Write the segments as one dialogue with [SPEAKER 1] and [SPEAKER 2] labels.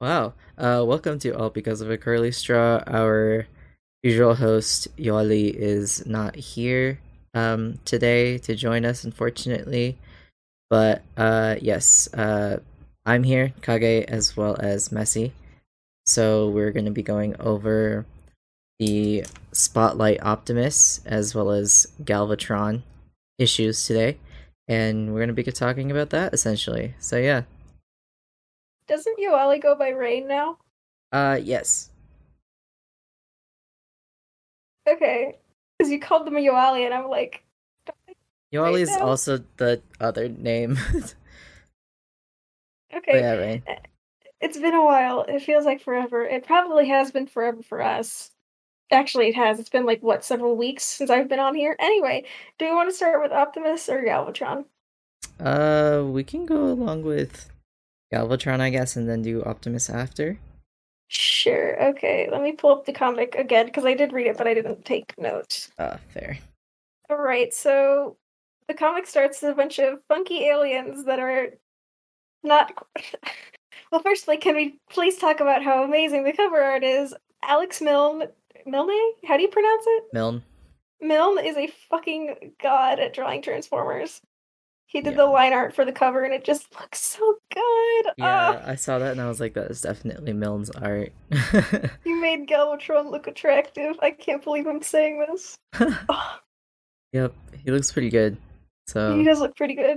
[SPEAKER 1] Wow. Uh, welcome to All Because of a Curly Straw. Our usual host, Yoli, is not here um, today to join us, unfortunately. But uh, yes, uh, I'm here, Kage, as well as Messi. So we're going to be going over the Spotlight Optimus as well as Galvatron issues today. And we're going to be talking about that essentially. So, yeah.
[SPEAKER 2] Doesn't Yoali go by Rain now?
[SPEAKER 1] Uh, yes.
[SPEAKER 2] Okay. Because you called them Yoali, and I'm like,
[SPEAKER 1] Yoli
[SPEAKER 2] Right
[SPEAKER 1] is
[SPEAKER 2] now?
[SPEAKER 1] also the other name. But
[SPEAKER 2] okay.
[SPEAKER 1] yeah, Rain.
[SPEAKER 2] It's been a while. It feels like forever. It probably has been forever for us. Actually, it has. It's been like, what, several weeks since I've been on here? Anyway, do we want to start with Optimus or Galvatron?
[SPEAKER 1] Uh, we can go along with Galvatron, I guess, and then do Optimus after.
[SPEAKER 2] Sure. Okay. Let me pull up the comic again because I did read it, but I didn't take notes.
[SPEAKER 1] Uh, fair.
[SPEAKER 2] All right, so the comic starts with a bunch of funky aliens that are not. qu- well, firstly, can we please talk about how amazing the cover art is? Alex Milne, Milne, how do you pronounce it?
[SPEAKER 1] Milne.
[SPEAKER 2] Milne is a fucking god at drawing Transformers. He did
[SPEAKER 1] Yeah.
[SPEAKER 2] the line art for the cover, and it just looks so good.
[SPEAKER 1] Yeah,
[SPEAKER 2] Ah,
[SPEAKER 1] I saw that and I was like, that is definitely Milne's art.
[SPEAKER 2] you made Galvatron look attractive. I can't believe I'm saying this. Ah,
[SPEAKER 1] yep, he looks pretty good.
[SPEAKER 2] He
[SPEAKER 1] So,
[SPEAKER 2] does look pretty good.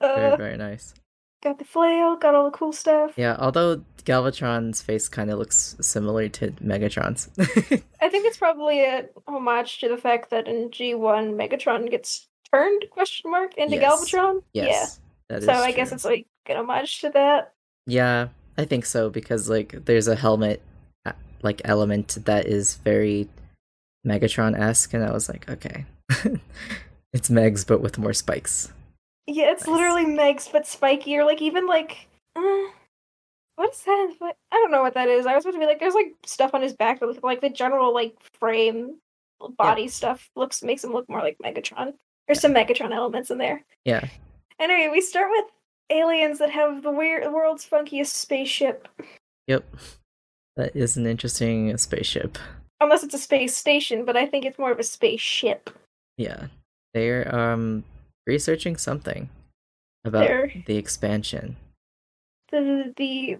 [SPEAKER 2] Uh,
[SPEAKER 1] Oh. very, very nice.
[SPEAKER 2] got the flail, got all the cool stuff.
[SPEAKER 1] Yeah, although Galvatron's face kind of looks similar to Megatron's.
[SPEAKER 2] I think it's probably a homage to the fact that in G one Megatron gets turned question mark into
[SPEAKER 1] Yes.
[SPEAKER 2] Galvatron.
[SPEAKER 1] yes. That
[SPEAKER 2] Yeah.
[SPEAKER 1] is
[SPEAKER 2] So I guess
[SPEAKER 1] true.
[SPEAKER 2] it's like an homage to that.
[SPEAKER 1] Yeah, I think so because like there's a helmet uh, like element that is very Megatron-esque and I was like, okay. it's Megs but with more spikes.
[SPEAKER 2] Yeah, it's
[SPEAKER 1] Nice.
[SPEAKER 2] literally Megs but spiky or like even like uh, what is that? What- I don't know what that is. I was supposed to be like, there's like stuff on his back, but like the general like frame body stuff looks makes him look more like Megatron. There's some Megatron elements in there.
[SPEAKER 1] Yeah.
[SPEAKER 2] Anyway, we start with aliens that have the weird world's funkiest spaceship.
[SPEAKER 1] Yep. That is an interesting spaceship.
[SPEAKER 2] unless it's a space station, but I think it's more of a spaceship.
[SPEAKER 1] Yeah. They're um researching something about
[SPEAKER 2] They're
[SPEAKER 1] the expansion.
[SPEAKER 2] the the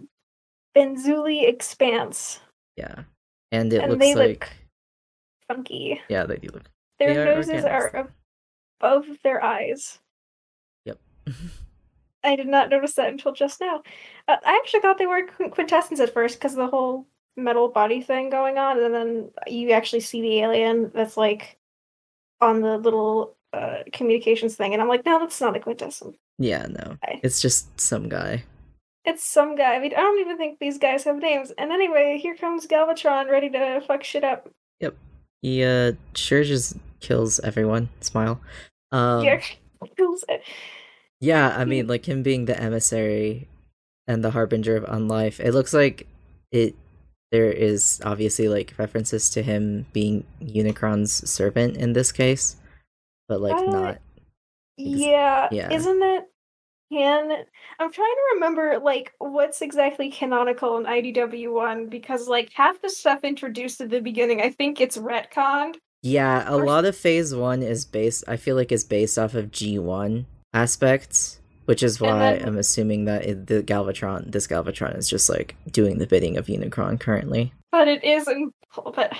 [SPEAKER 2] Benzuli Expanse,
[SPEAKER 1] Yeah. And it
[SPEAKER 2] And
[SPEAKER 1] looks
[SPEAKER 2] they look-
[SPEAKER 1] like
[SPEAKER 2] funky.
[SPEAKER 1] yeah, they do look.
[SPEAKER 2] Their
[SPEAKER 1] They are
[SPEAKER 2] noses
[SPEAKER 1] organics.
[SPEAKER 2] are above their eyes.
[SPEAKER 1] Yep.
[SPEAKER 2] I did not notice that until just now. Uh, I actually thought they were qu- quintessence at first because the whole metal body thing going on, and then you actually see the alien that's like on the little uh, communications thing, and I'm like, no, that's not a quintessence.
[SPEAKER 1] yeah, no.
[SPEAKER 2] Okay.
[SPEAKER 1] It's just some guy.
[SPEAKER 2] It's some guy. I mean, I don't even think these guys have names. And anyway, here comes Galvatron ready to fuck shit up.
[SPEAKER 1] He uh sure just kills everyone. Smile. Um
[SPEAKER 2] yeah. kills it.
[SPEAKER 1] Yeah, I
[SPEAKER 2] Mm.
[SPEAKER 1] mean, like him being the emissary and the harbinger of unlife. It looks like it. There is obviously like references to him being Unicron's servant in this case, but like
[SPEAKER 2] Uh,
[SPEAKER 1] not.
[SPEAKER 2] yeah.
[SPEAKER 1] yeah.
[SPEAKER 2] Isn't it can I'm trying to remember like what's exactly canonical in IDW one because like half the stuff introduced at the beginning, I think it's retconned.
[SPEAKER 1] Yeah, a
[SPEAKER 2] first-
[SPEAKER 1] lot of Phase One is based. I feel like is based off of G One aspects, which is
[SPEAKER 2] And
[SPEAKER 1] why
[SPEAKER 2] then-
[SPEAKER 1] I'm assuming that it, the Galvatron, this Galvatron, is just like doing the bidding of Unicron currently.
[SPEAKER 2] But it is in but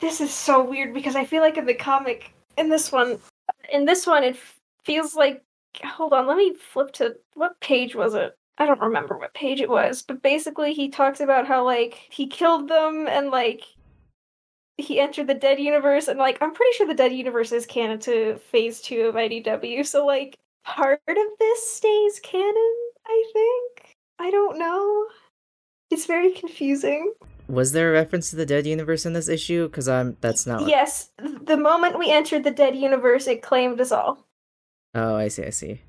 [SPEAKER 2] this is so weird because I feel like in the comic in this one in this one it f- feels like hold on, let me flip to what page was it? I don't remember what page it was, but basically he talks about how like he killed them and like he entered the dead universe and like I'm pretty sure the dead universe is canon to phase 2 of IDW. So like part of this stays canon, I think. I don't know. It's very confusing.
[SPEAKER 1] Was there a reference to the dead universe in this issue? Because I'm. That's not. what-
[SPEAKER 2] Yes, th- the moment we entered the dead universe, it claimed us all.
[SPEAKER 1] Oh, I see, I see.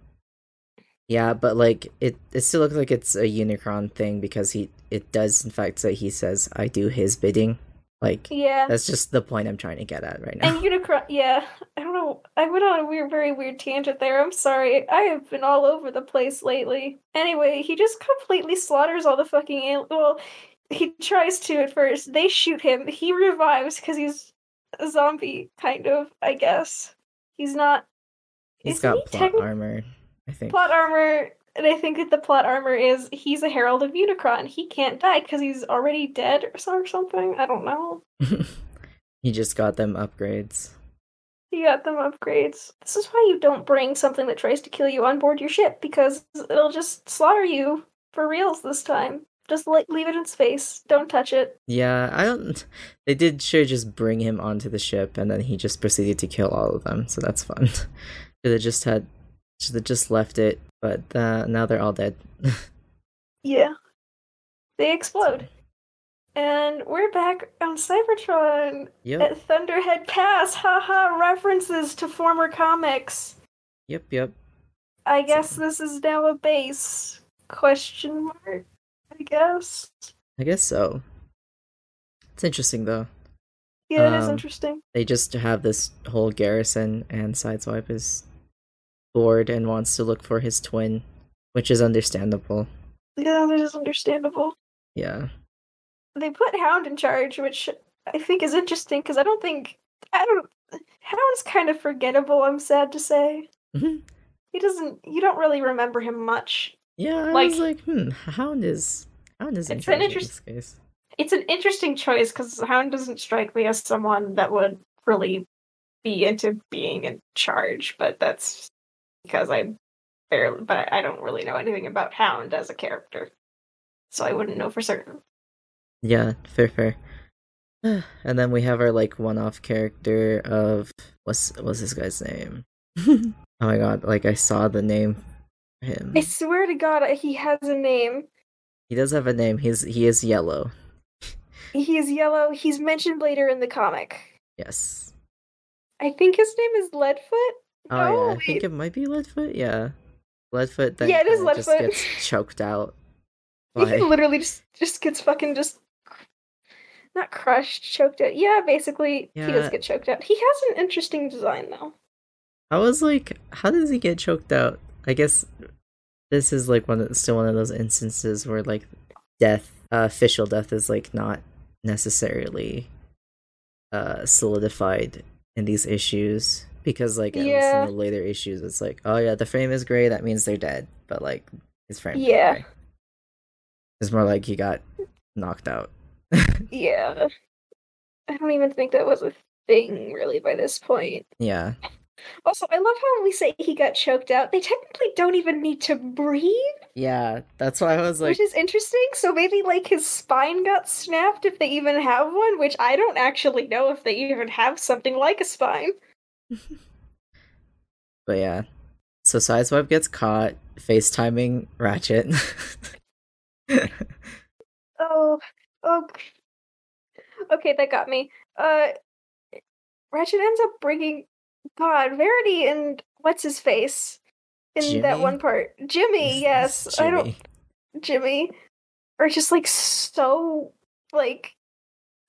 [SPEAKER 1] Yeah, but like it it still looks like it's a Unicron thing because he it does in fact say he says I do his bidding Like
[SPEAKER 2] Yeah.
[SPEAKER 1] that's just the point I'm trying to get at right now.
[SPEAKER 2] And Unicron, yeah, I don't know. I went on a weird, very weird tangent there. I'm sorry. I have been all over the place lately. Anyway, he just completely slaughters all the fucking al- well. He tries to at first. They shoot him. He revives because he's a zombie, kind of. I guess he's not
[SPEAKER 1] He's
[SPEAKER 2] Isn't
[SPEAKER 1] got
[SPEAKER 2] he
[SPEAKER 1] plot
[SPEAKER 2] technic-
[SPEAKER 1] armor, I think.
[SPEAKER 2] plot armor. And I think that the plot armor is he's a herald of Unicron. He can't die because he's already dead or so- or something. I don't know.
[SPEAKER 1] he just got them upgrades.
[SPEAKER 2] You got them upgrades. This is why you don't bring something that tries to kill you on board your ship because it'll just slaughter you for reals this time. Just le- leave it in space. Don't touch it.
[SPEAKER 1] Yeah, I don't. They did sure just bring him onto the ship, and then he just proceeded to kill all of them. So that's fun. should have just had, should have just left it. But uh, now they're all dead.
[SPEAKER 2] Yeah. They explode. And we're back on Cybertron
[SPEAKER 1] Yep,
[SPEAKER 2] at Thunderhead Pass. Haha, references to former comics.
[SPEAKER 1] yep, yep.
[SPEAKER 2] I guess this is now a base. Question mark, I guess.
[SPEAKER 1] I guess so. It's interesting though.
[SPEAKER 2] Yeah, it is
[SPEAKER 1] Um,
[SPEAKER 2] interesting.
[SPEAKER 1] They just have this whole garrison, and Sideswipe is bored and wants to look for his twin, which is understandable.
[SPEAKER 2] Yeah, that is understandable.
[SPEAKER 1] Yeah.
[SPEAKER 2] they put Hound in charge, which I think is interesting because I don't think I don't Hound's kind of forgettable. I'm sad to say
[SPEAKER 1] Mhm.
[SPEAKER 2] he doesn't. You don't really remember him much.
[SPEAKER 1] Yeah, I
[SPEAKER 2] Like-
[SPEAKER 1] was like, hmm, Hound is Hound is
[SPEAKER 2] It's an
[SPEAKER 1] interesting in this
[SPEAKER 2] interest-
[SPEAKER 1] case.
[SPEAKER 2] It's an interesting choice because Hound doesn't strike me as someone that would really be into being in charge, but that's because I barely, but I don't really know anything about Hound as a character, so I wouldn't know for certain.
[SPEAKER 1] Yeah, fair, fair. And then we have our like one-off character of what's what's this guy's name? oh my god! Like I saw the name. for Him.
[SPEAKER 2] I swear to God, uh, he has a name.
[SPEAKER 1] He does have a name. He's he is yellow.
[SPEAKER 2] He's yellow. He's mentioned later in the comic.
[SPEAKER 1] Yes.
[SPEAKER 2] I think his name is Leadfoot.
[SPEAKER 1] Oh
[SPEAKER 2] No,
[SPEAKER 1] yeah, I think
[SPEAKER 2] wait.
[SPEAKER 1] it might be Leadfoot. Yeah, Leadfoot. Then
[SPEAKER 2] Yeah, it is
[SPEAKER 1] kinda just
[SPEAKER 2] Leadfoot.
[SPEAKER 1] gets choked out.
[SPEAKER 2] He
[SPEAKER 1] By...
[SPEAKER 2] literally just just gets fucking just not crushed, choked out. Yeah, basically he
[SPEAKER 1] Yeah.
[SPEAKER 2] does get choked out. He has an interesting design though.
[SPEAKER 1] I was like, how does he get choked out? I guess this is like one of, still one of those instances where like death, uh, official death, is like not necessarily uh, solidified in these issues because like at least
[SPEAKER 2] Yeah.
[SPEAKER 1] in the later issues, it's like, oh yeah, the frame is gray, that means they're dead, but like his frame, isn't
[SPEAKER 2] Yeah.
[SPEAKER 1] gray. it's more like he got knocked out.
[SPEAKER 2] Yeah. I don't even think that was a thing really by this point.
[SPEAKER 1] Yeah,
[SPEAKER 2] Also, I love how when we say he got choked out, they technically don't even need to breathe,
[SPEAKER 1] yeah, that's why I was like,
[SPEAKER 2] which is interesting. So maybe like his spine got snapped if they even have one, which I don't actually know if they even have something like a spine.
[SPEAKER 1] But yeah. So Sideswipe gets caught FaceTiming Ratchet.
[SPEAKER 2] Oh, oh. g- Okay, that got me. Uh, Ratchet ends up bringing God Verity and what's his face in that
[SPEAKER 1] Jimmy?
[SPEAKER 2] one part. Jimmy, yes, I don't. Jimmy are just like so like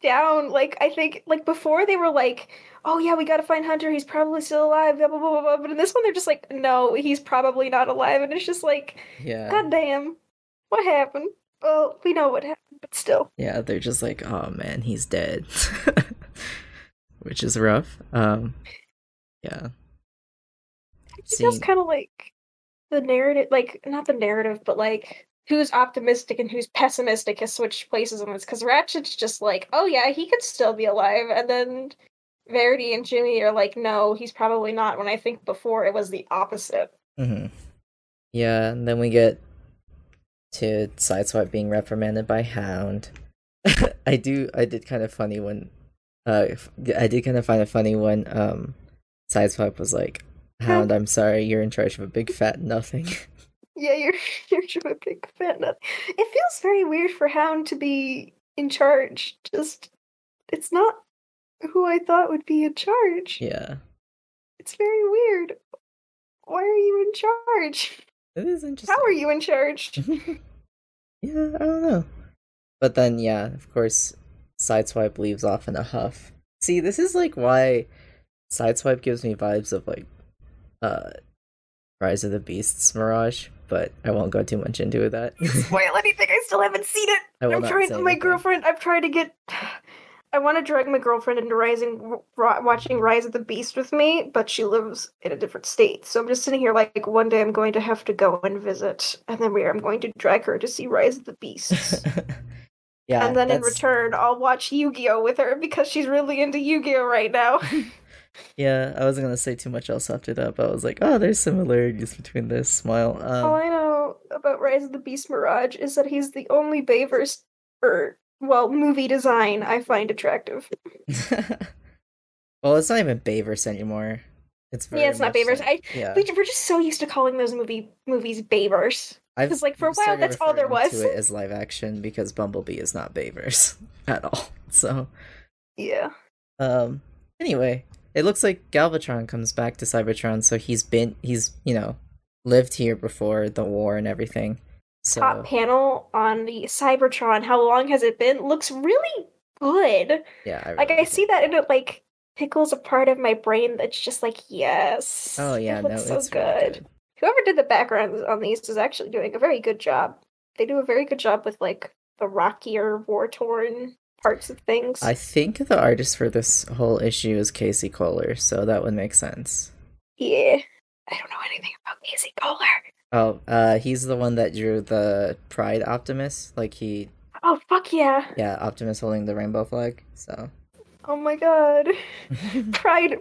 [SPEAKER 2] down. Like I think like before they were like, oh yeah, we gotta find Hunter. He's probably still alive. Blah blah blah blah. blah. But in this one, they're just like, no, he's probably not alive. And it's just like,
[SPEAKER 1] Yeah.
[SPEAKER 2] god damn, what happened? Well, we know what happened, but still.
[SPEAKER 1] Yeah, they're just like, oh man, he's dead. Which is rough. Um Yeah.
[SPEAKER 2] It feels
[SPEAKER 1] Seeing-
[SPEAKER 2] kind of like the narrative, like not the narrative, but like who's optimistic and who's pessimistic has switched places on this. Because Ratchet's just like, oh yeah, he could still be alive, and then Verity and Jimmy are like, no, he's probably not. When I think before it was the opposite.
[SPEAKER 1] hmm Yeah, and then we get to Sideswipe being reprimanded by Hound. I do. I did kind of funny when, uh, f- I did kind of find it funny when um, Sideswipe was like, "Hound, I'm sorry, you're in charge of a big fat nothing."
[SPEAKER 2] Yeah, you're you're just a big fan. Of... It feels very weird for Hound to be in charge. Just it's not who I thought would be in charge.
[SPEAKER 1] yeah,
[SPEAKER 2] It's very weird. Why are you in charge?
[SPEAKER 1] it is interesting.
[SPEAKER 2] How are you in charge?
[SPEAKER 1] yeah, I don't know. But then, yeah, of course, Sideswipe leaves off in a huff. See, this is like why Sideswipe gives me vibes of like uh Rise of the Beasts Mirage, but I won't go too much into that.
[SPEAKER 2] Spoil anything? I still haven't seen it.
[SPEAKER 1] I will
[SPEAKER 2] I'm
[SPEAKER 1] not
[SPEAKER 2] trying.
[SPEAKER 1] say
[SPEAKER 2] My
[SPEAKER 1] anything.
[SPEAKER 2] girlfriend. I've tried to get. I want to drag my girlfriend into rising, ro- watching Rise of the Beast with me, but she lives in a different state. So I'm just sitting here like, one day I'm going to have to go and visit, and then we, I'm going to drag her to see Rise of the Beast,
[SPEAKER 1] yeah.
[SPEAKER 2] and then in
[SPEAKER 1] that's-
[SPEAKER 2] return I'll watch Yu-Gi-Oh with her because she's really into Yu-Gi-Oh right now.
[SPEAKER 1] Yeah, I wasn't gonna say too much else after that, but I was like, oh, there's similarities between this smile.
[SPEAKER 2] All
[SPEAKER 1] Um,
[SPEAKER 2] I know about Rise of the Beast Mirage is that he's the only Bayverse, or well, movie design I find attractive.
[SPEAKER 1] well, it's not even Bayverse anymore. It's very
[SPEAKER 2] yeah, it's not
[SPEAKER 1] much
[SPEAKER 2] Bayverse.
[SPEAKER 1] like-
[SPEAKER 2] I
[SPEAKER 1] yeah,
[SPEAKER 2] we, we're just so used to calling those movie movies Bayverse.
[SPEAKER 1] I've
[SPEAKER 2] 'cause, like, for a while,
[SPEAKER 1] started
[SPEAKER 2] that's all there
[SPEAKER 1] referring
[SPEAKER 2] was.
[SPEAKER 1] To it as live action because Bumblebee is not Bayverse at all. So,
[SPEAKER 2] Yeah.
[SPEAKER 1] um, anyway, it looks like Galvatron comes back to Cybertron, so he's been he's you know lived here before the war and everything. So
[SPEAKER 2] Top panel on the Cybertron. How long has it been? Looks really good.
[SPEAKER 1] yeah, I
[SPEAKER 2] Like
[SPEAKER 1] really
[SPEAKER 2] I see that and it like tickles a part of my brain that's just like yes.
[SPEAKER 1] Oh yeah,
[SPEAKER 2] it
[SPEAKER 1] no,
[SPEAKER 2] looks so
[SPEAKER 1] it's really
[SPEAKER 2] good. Whoever did the backgrounds on these is actually doing a very good job. They do a very good job with like the rockier, war torn parts of things.
[SPEAKER 1] I think the artist for this whole issue is Casey Kohler, so that would make sense.
[SPEAKER 2] yeah. I don't know anything about Casey Kohler.
[SPEAKER 1] Oh, uh, he's the one that drew the Pride Optimus. Like he,
[SPEAKER 2] Oh fuck yeah.
[SPEAKER 1] yeah, Optimus holding the rainbow flag. So,
[SPEAKER 2] Oh my god. Pride.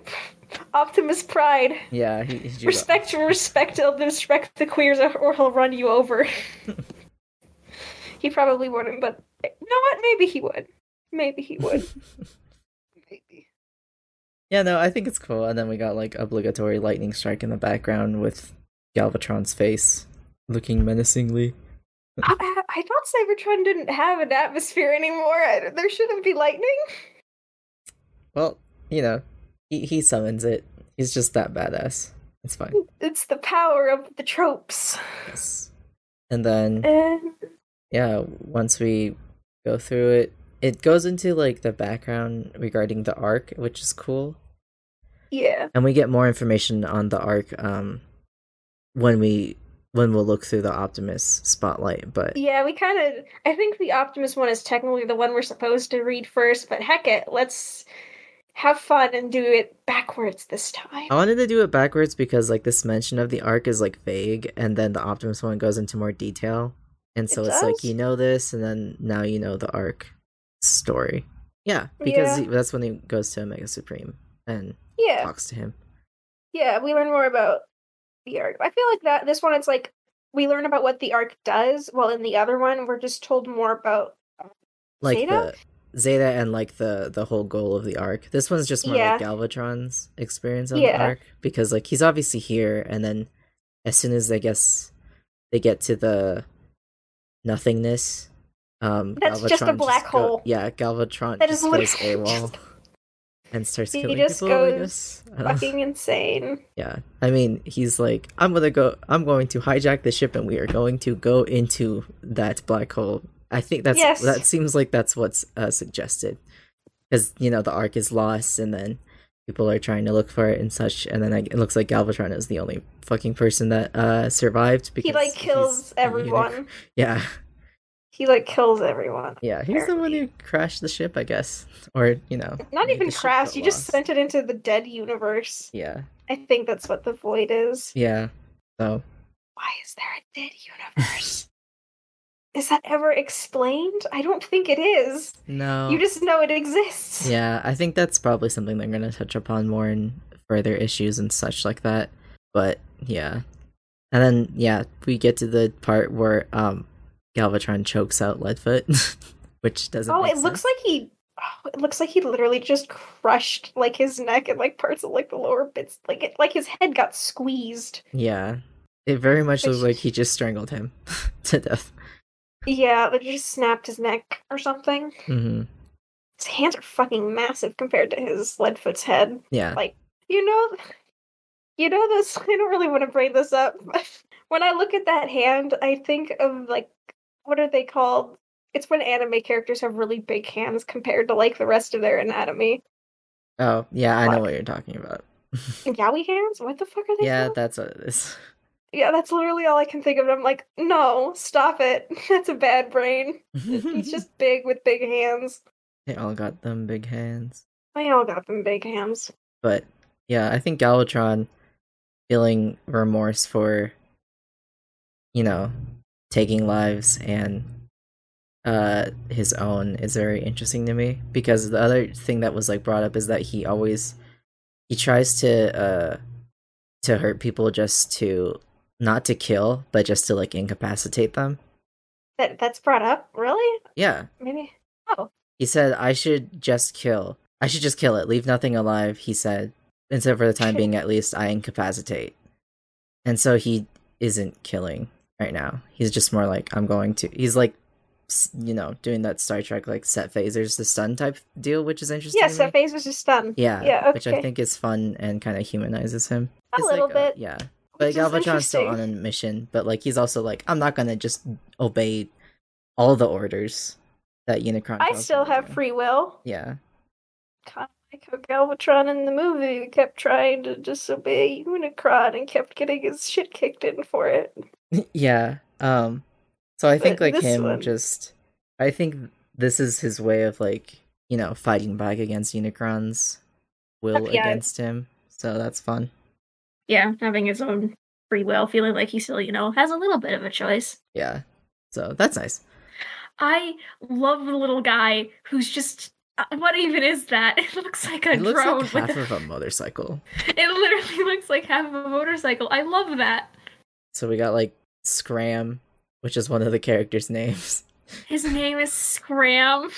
[SPEAKER 2] Optimus Pride.
[SPEAKER 1] yeah, he, he drew. the-
[SPEAKER 2] Respect, respect, uh, respect the queers, or or he'll run you over. he probably wouldn't, but you know what? Maybe he would. Maybe he would. Maybe.
[SPEAKER 1] yeah, no, I think it's cool. And then we got like obligatory lightning strike in the background with Galvatron's face looking menacingly.
[SPEAKER 2] I, I- I thought Cybertron didn't have an atmosphere anymore. I, there shouldn't be lightning.
[SPEAKER 1] Well, you know, he he summons it. He's just that badass. It's fine.
[SPEAKER 2] It's the power of the tropes.
[SPEAKER 1] Yes. And then
[SPEAKER 2] And
[SPEAKER 1] yeah, once we go through it, it goes into like the background regarding the arc, which is cool.
[SPEAKER 2] yeah,
[SPEAKER 1] And we get more information on the arc um when we when we'll look through the Optimus spotlight, but
[SPEAKER 2] yeah, we kind of. I think the Optimus one is technically the one we're supposed to read first, but heck it, let's have fun and do it backwards this time.
[SPEAKER 1] I wanted to do it backwards because like this mention of the arc is like vague and then the Optimus one goes into more detail. And so
[SPEAKER 2] It
[SPEAKER 1] it's like
[SPEAKER 2] does?
[SPEAKER 1] you know this and then now you know the arc story. Yeah, because
[SPEAKER 2] Yeah.
[SPEAKER 1] that's when he goes to Omega Supreme and
[SPEAKER 2] yeah,
[SPEAKER 1] talks to him.
[SPEAKER 2] Yeah, we learn more about the arc. I feel like that this one it's like we learn about what the arc does, while in the other one we're just told more about
[SPEAKER 1] like
[SPEAKER 2] Zeta?
[SPEAKER 1] the Zeta and like the the whole goal of the arc. This one's just more like Galvatron's experience on the
[SPEAKER 2] Yeah.
[SPEAKER 1] arc because like he's obviously here, and then as soon as they guess they get to the nothingness, um,
[SPEAKER 2] That's just a black
[SPEAKER 1] go-
[SPEAKER 2] hole.
[SPEAKER 1] yeah, Galvatron
[SPEAKER 2] That
[SPEAKER 1] just
[SPEAKER 2] is
[SPEAKER 1] goes
[SPEAKER 2] literally
[SPEAKER 1] AWOL and starts
[SPEAKER 2] He
[SPEAKER 1] killing
[SPEAKER 2] just
[SPEAKER 1] people. I
[SPEAKER 2] goes
[SPEAKER 1] guess. I don't know.
[SPEAKER 2] fucking insane.
[SPEAKER 1] Yeah, I mean, he's like, I'm gonna go, I'm going to hijack the ship, and we are going to go into that black hole. I think that's
[SPEAKER 2] Yes.
[SPEAKER 1] that seems like that's what's uh, suggested, because you know the arc is lost, and then people are trying to look for it and such, and then like, it looks like Galvatron is the only fucking person that uh survived because
[SPEAKER 2] He like
[SPEAKER 1] he's
[SPEAKER 2] kills
[SPEAKER 1] a eunuch.
[SPEAKER 2] everyone.
[SPEAKER 1] Yeah,
[SPEAKER 2] He like kills everyone.
[SPEAKER 1] yeah, he's the one who crashed the ship, I guess, or you know,
[SPEAKER 2] Not
[SPEAKER 1] made
[SPEAKER 2] even
[SPEAKER 1] the ship
[SPEAKER 2] crashed,
[SPEAKER 1] go
[SPEAKER 2] you just
[SPEAKER 1] lost.
[SPEAKER 2] sent it into the dead universe.
[SPEAKER 1] Yeah,
[SPEAKER 2] I think that's what the void is.
[SPEAKER 1] yeah. So
[SPEAKER 2] Why is there a dead universe? is that ever explained? I don't think it is.
[SPEAKER 1] no,
[SPEAKER 2] You just know it exists.
[SPEAKER 1] Oh. Yeah, I think that's probably something they're going to touch upon more in further issues and such like that. But yeah. And then yeah, we get to the part where um Galvatron chokes out Leadfoot, which doesn't
[SPEAKER 2] Oh,
[SPEAKER 1] make
[SPEAKER 2] it looks
[SPEAKER 1] sense.
[SPEAKER 2] like he. Oh, it looks like he literally just crushed like his neck and like parts of like the lower bits, like it, like his head got squeezed.
[SPEAKER 1] Yeah. It very much
[SPEAKER 2] Which-
[SPEAKER 1] looks like he just strangled him to death.
[SPEAKER 2] Yeah, like he just snapped his neck or something.
[SPEAKER 1] hmm
[SPEAKER 2] His hands are fucking massive compared to his Leadfoot's head.
[SPEAKER 1] Yeah.
[SPEAKER 2] You know, you know this. I don't really want to bring this up. but when I look at that hand, I think of like what are they called? it's when anime characters have really big hands compared to like the rest of their anatomy.
[SPEAKER 1] Oh, yeah, I know
[SPEAKER 2] What?
[SPEAKER 1] what you're talking about.
[SPEAKER 2] Yaoi hands? What the fuck are they?
[SPEAKER 1] yeah,
[SPEAKER 2] called?
[SPEAKER 1] that's what it is.
[SPEAKER 2] yeah, that's literally all I can think of. and I'm like, no, stop it. That's a bad brain. He's just big with big hands.
[SPEAKER 1] they all got them big hands.
[SPEAKER 2] They all got them big hands.
[SPEAKER 1] But yeah, I think Galvatron feeling remorse for you know, taking lives and uh his own is very interesting to me because the other thing that was like brought up is that he always he tries to uh to hurt people just to not to kill but just to like incapacitate them.
[SPEAKER 2] That that's brought up, really?
[SPEAKER 1] Yeah,
[SPEAKER 2] Maybe.
[SPEAKER 1] He said, I should just kill. I should just kill it. Leave nothing alive, he said. Instead, for the time being, at least, I incapacitate. And so he isn't killing right now. He's just more like, I'm going to. He's like, s- you know, doing that Star Trek, like, set phasers, the stun type deal, which is interesting.
[SPEAKER 2] Yeah,
[SPEAKER 1] to
[SPEAKER 2] so
[SPEAKER 1] me.
[SPEAKER 2] Faze was just done.
[SPEAKER 1] Yeah,
[SPEAKER 2] yeah,
[SPEAKER 1] which
[SPEAKER 2] okay.
[SPEAKER 1] I think is fun and kind of humanizes him.
[SPEAKER 2] A
[SPEAKER 1] It's
[SPEAKER 2] little
[SPEAKER 1] like, uh,
[SPEAKER 2] bit.
[SPEAKER 1] yeah. But
[SPEAKER 2] which is
[SPEAKER 1] Galvatron's still on
[SPEAKER 2] interesting.
[SPEAKER 1] a mission, but like he's also like, I'm not gonna just obey all the orders that Unicron.
[SPEAKER 2] I
[SPEAKER 1] tells me
[SPEAKER 2] still
[SPEAKER 1] to
[SPEAKER 2] have
[SPEAKER 1] do."
[SPEAKER 2] free will.
[SPEAKER 1] Yeah.
[SPEAKER 2] Kind of like how Galvatron in the movie kept trying to disobey Unicron and kept getting his shit kicked in for it.
[SPEAKER 1] yeah um so i think
[SPEAKER 2] But
[SPEAKER 1] like
[SPEAKER 2] this
[SPEAKER 1] him
[SPEAKER 2] one-
[SPEAKER 1] just i think this is his way of like you know fighting back against unicron's will
[SPEAKER 2] Uh, yeah.
[SPEAKER 1] against him so that's fun
[SPEAKER 3] Yeah, having his own free will, feeling like he still, you know, has a little bit of a choice.
[SPEAKER 1] yeah so that's nice
[SPEAKER 3] I love the little guy who's just. uh, What even is that? It looks like a
[SPEAKER 1] it looks
[SPEAKER 3] drone.
[SPEAKER 1] like
[SPEAKER 3] with
[SPEAKER 1] half of a motorcycle
[SPEAKER 3] It literally looks like half of a motorcycle. I love that.
[SPEAKER 1] so we got like scram which is one of the characters names
[SPEAKER 3] His name is Scram.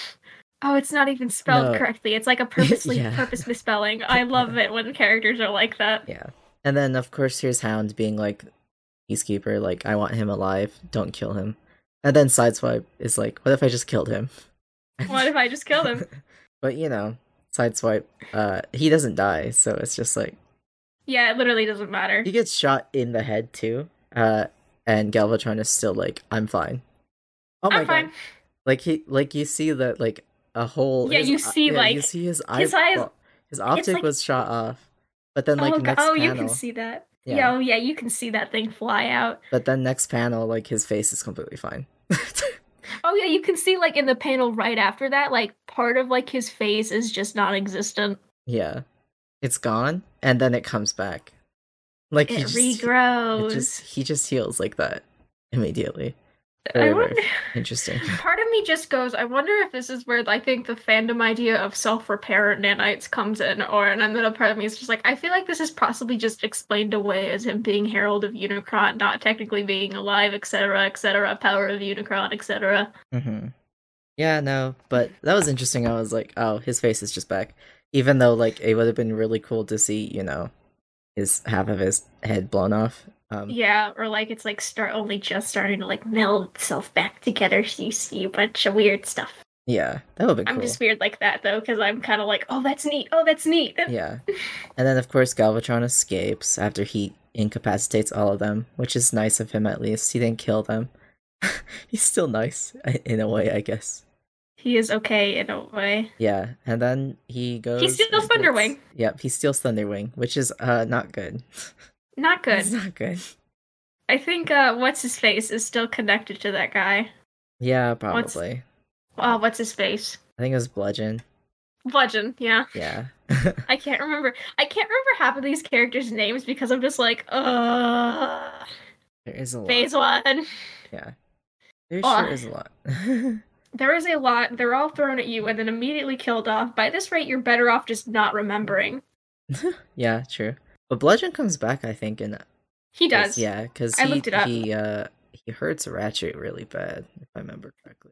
[SPEAKER 3] Oh, it's not even spelled
[SPEAKER 1] No.
[SPEAKER 3] correctly. It's like a purposely
[SPEAKER 1] Yeah.
[SPEAKER 3] purpose misspelling. I love it when characters are like that.
[SPEAKER 1] yeah and then of course here's hound being like peacekeeper like i want him alive don't kill him and then sideswipe is like what if i just killed him
[SPEAKER 3] What if I just killed him?
[SPEAKER 1] but you know, sideswipe. Uh, he doesn't die, so it's just like
[SPEAKER 3] Yeah, it literally doesn't matter.
[SPEAKER 1] he gets shot in the head too. Uh, and Galvatron is still like, I'm fine. Oh my
[SPEAKER 3] I'm fine.
[SPEAKER 1] god! Like he, like you see that, like a hole.
[SPEAKER 3] Yeah,
[SPEAKER 1] his
[SPEAKER 3] you
[SPEAKER 1] eye-
[SPEAKER 3] see,
[SPEAKER 1] yeah, you
[SPEAKER 3] like,
[SPEAKER 1] see his eye.
[SPEAKER 3] his eyes-
[SPEAKER 1] his optic
[SPEAKER 3] like-
[SPEAKER 1] was shot off, but then like
[SPEAKER 3] oh, go-
[SPEAKER 1] next
[SPEAKER 3] oh
[SPEAKER 1] panel,
[SPEAKER 3] you can see that.
[SPEAKER 1] yeah,
[SPEAKER 3] Yeah. oh yeah, you can see that thing fly out.
[SPEAKER 1] But then next panel, like his face is completely fine.
[SPEAKER 3] Oh yeah, you can see like in the panel right after that, like part of like his face is just non-existent.
[SPEAKER 1] yeah, it's gone, and then it comes back. Like
[SPEAKER 3] It
[SPEAKER 1] he just,
[SPEAKER 3] regrows.
[SPEAKER 1] It just he just heals like that immediately.
[SPEAKER 3] I
[SPEAKER 1] Very,
[SPEAKER 3] wonder.
[SPEAKER 1] very interesting.
[SPEAKER 3] Part of me just goes, I wonder if this is where I think the fandom idea of self-repair nanites comes in, or and another part of me is just like, I feel like this is possibly just explained away as him being Herald of Unicron, not technically being alive, etc., etc., power of Unicron, etc.
[SPEAKER 1] hmm Yeah, no, but that was interesting. I was like, oh, his face is just back, even though like it would have been really cool to see, you know, his half of his head blown off. Um,
[SPEAKER 3] Yeah, or like it's like start only just starting to like meld itself back together, so you see a bunch of weird stuff.
[SPEAKER 1] yeah, that would have been
[SPEAKER 3] I'm
[SPEAKER 1] cool.
[SPEAKER 3] just weird like that though, because I'm kind of like, oh, that's neat. Oh, that's neat.
[SPEAKER 1] Yeah, and then of course Galvatron escapes after he incapacitates all of them, which is nice of him. At least he didn't kill them. He's still nice in a way, I guess.
[SPEAKER 3] He is okay in a way.
[SPEAKER 1] Yeah, and then he goes.
[SPEAKER 3] steals
[SPEAKER 1] and gets-
[SPEAKER 3] Thunderwing.
[SPEAKER 1] Yep, he steals Thunderwing, which is uh not good.
[SPEAKER 3] Not good.
[SPEAKER 1] it's not good.
[SPEAKER 3] I think uh what's his face is still connected to that guy.
[SPEAKER 1] Yeah, probably.
[SPEAKER 3] Oh, what's his face?
[SPEAKER 1] I think it was Bludgeon.
[SPEAKER 3] Bludgeon, yeah.
[SPEAKER 1] Yeah,
[SPEAKER 3] I can't remember I can't remember half of these characters' names because I'm just like, uh
[SPEAKER 1] there is a lot.
[SPEAKER 3] phase one.
[SPEAKER 1] Yeah, there
[SPEAKER 3] Oh.
[SPEAKER 1] sure is a lot.
[SPEAKER 3] There is a lot, they're all thrown at you and then immediately killed off. By this rate you're better off just not remembering.
[SPEAKER 1] yeah, true. But Bludgeon comes back, I think, and
[SPEAKER 3] He does.
[SPEAKER 1] yeah, because
[SPEAKER 3] I
[SPEAKER 1] he
[SPEAKER 3] looked it up.
[SPEAKER 1] he uh he hurts Ratchet really bad, if I remember correctly.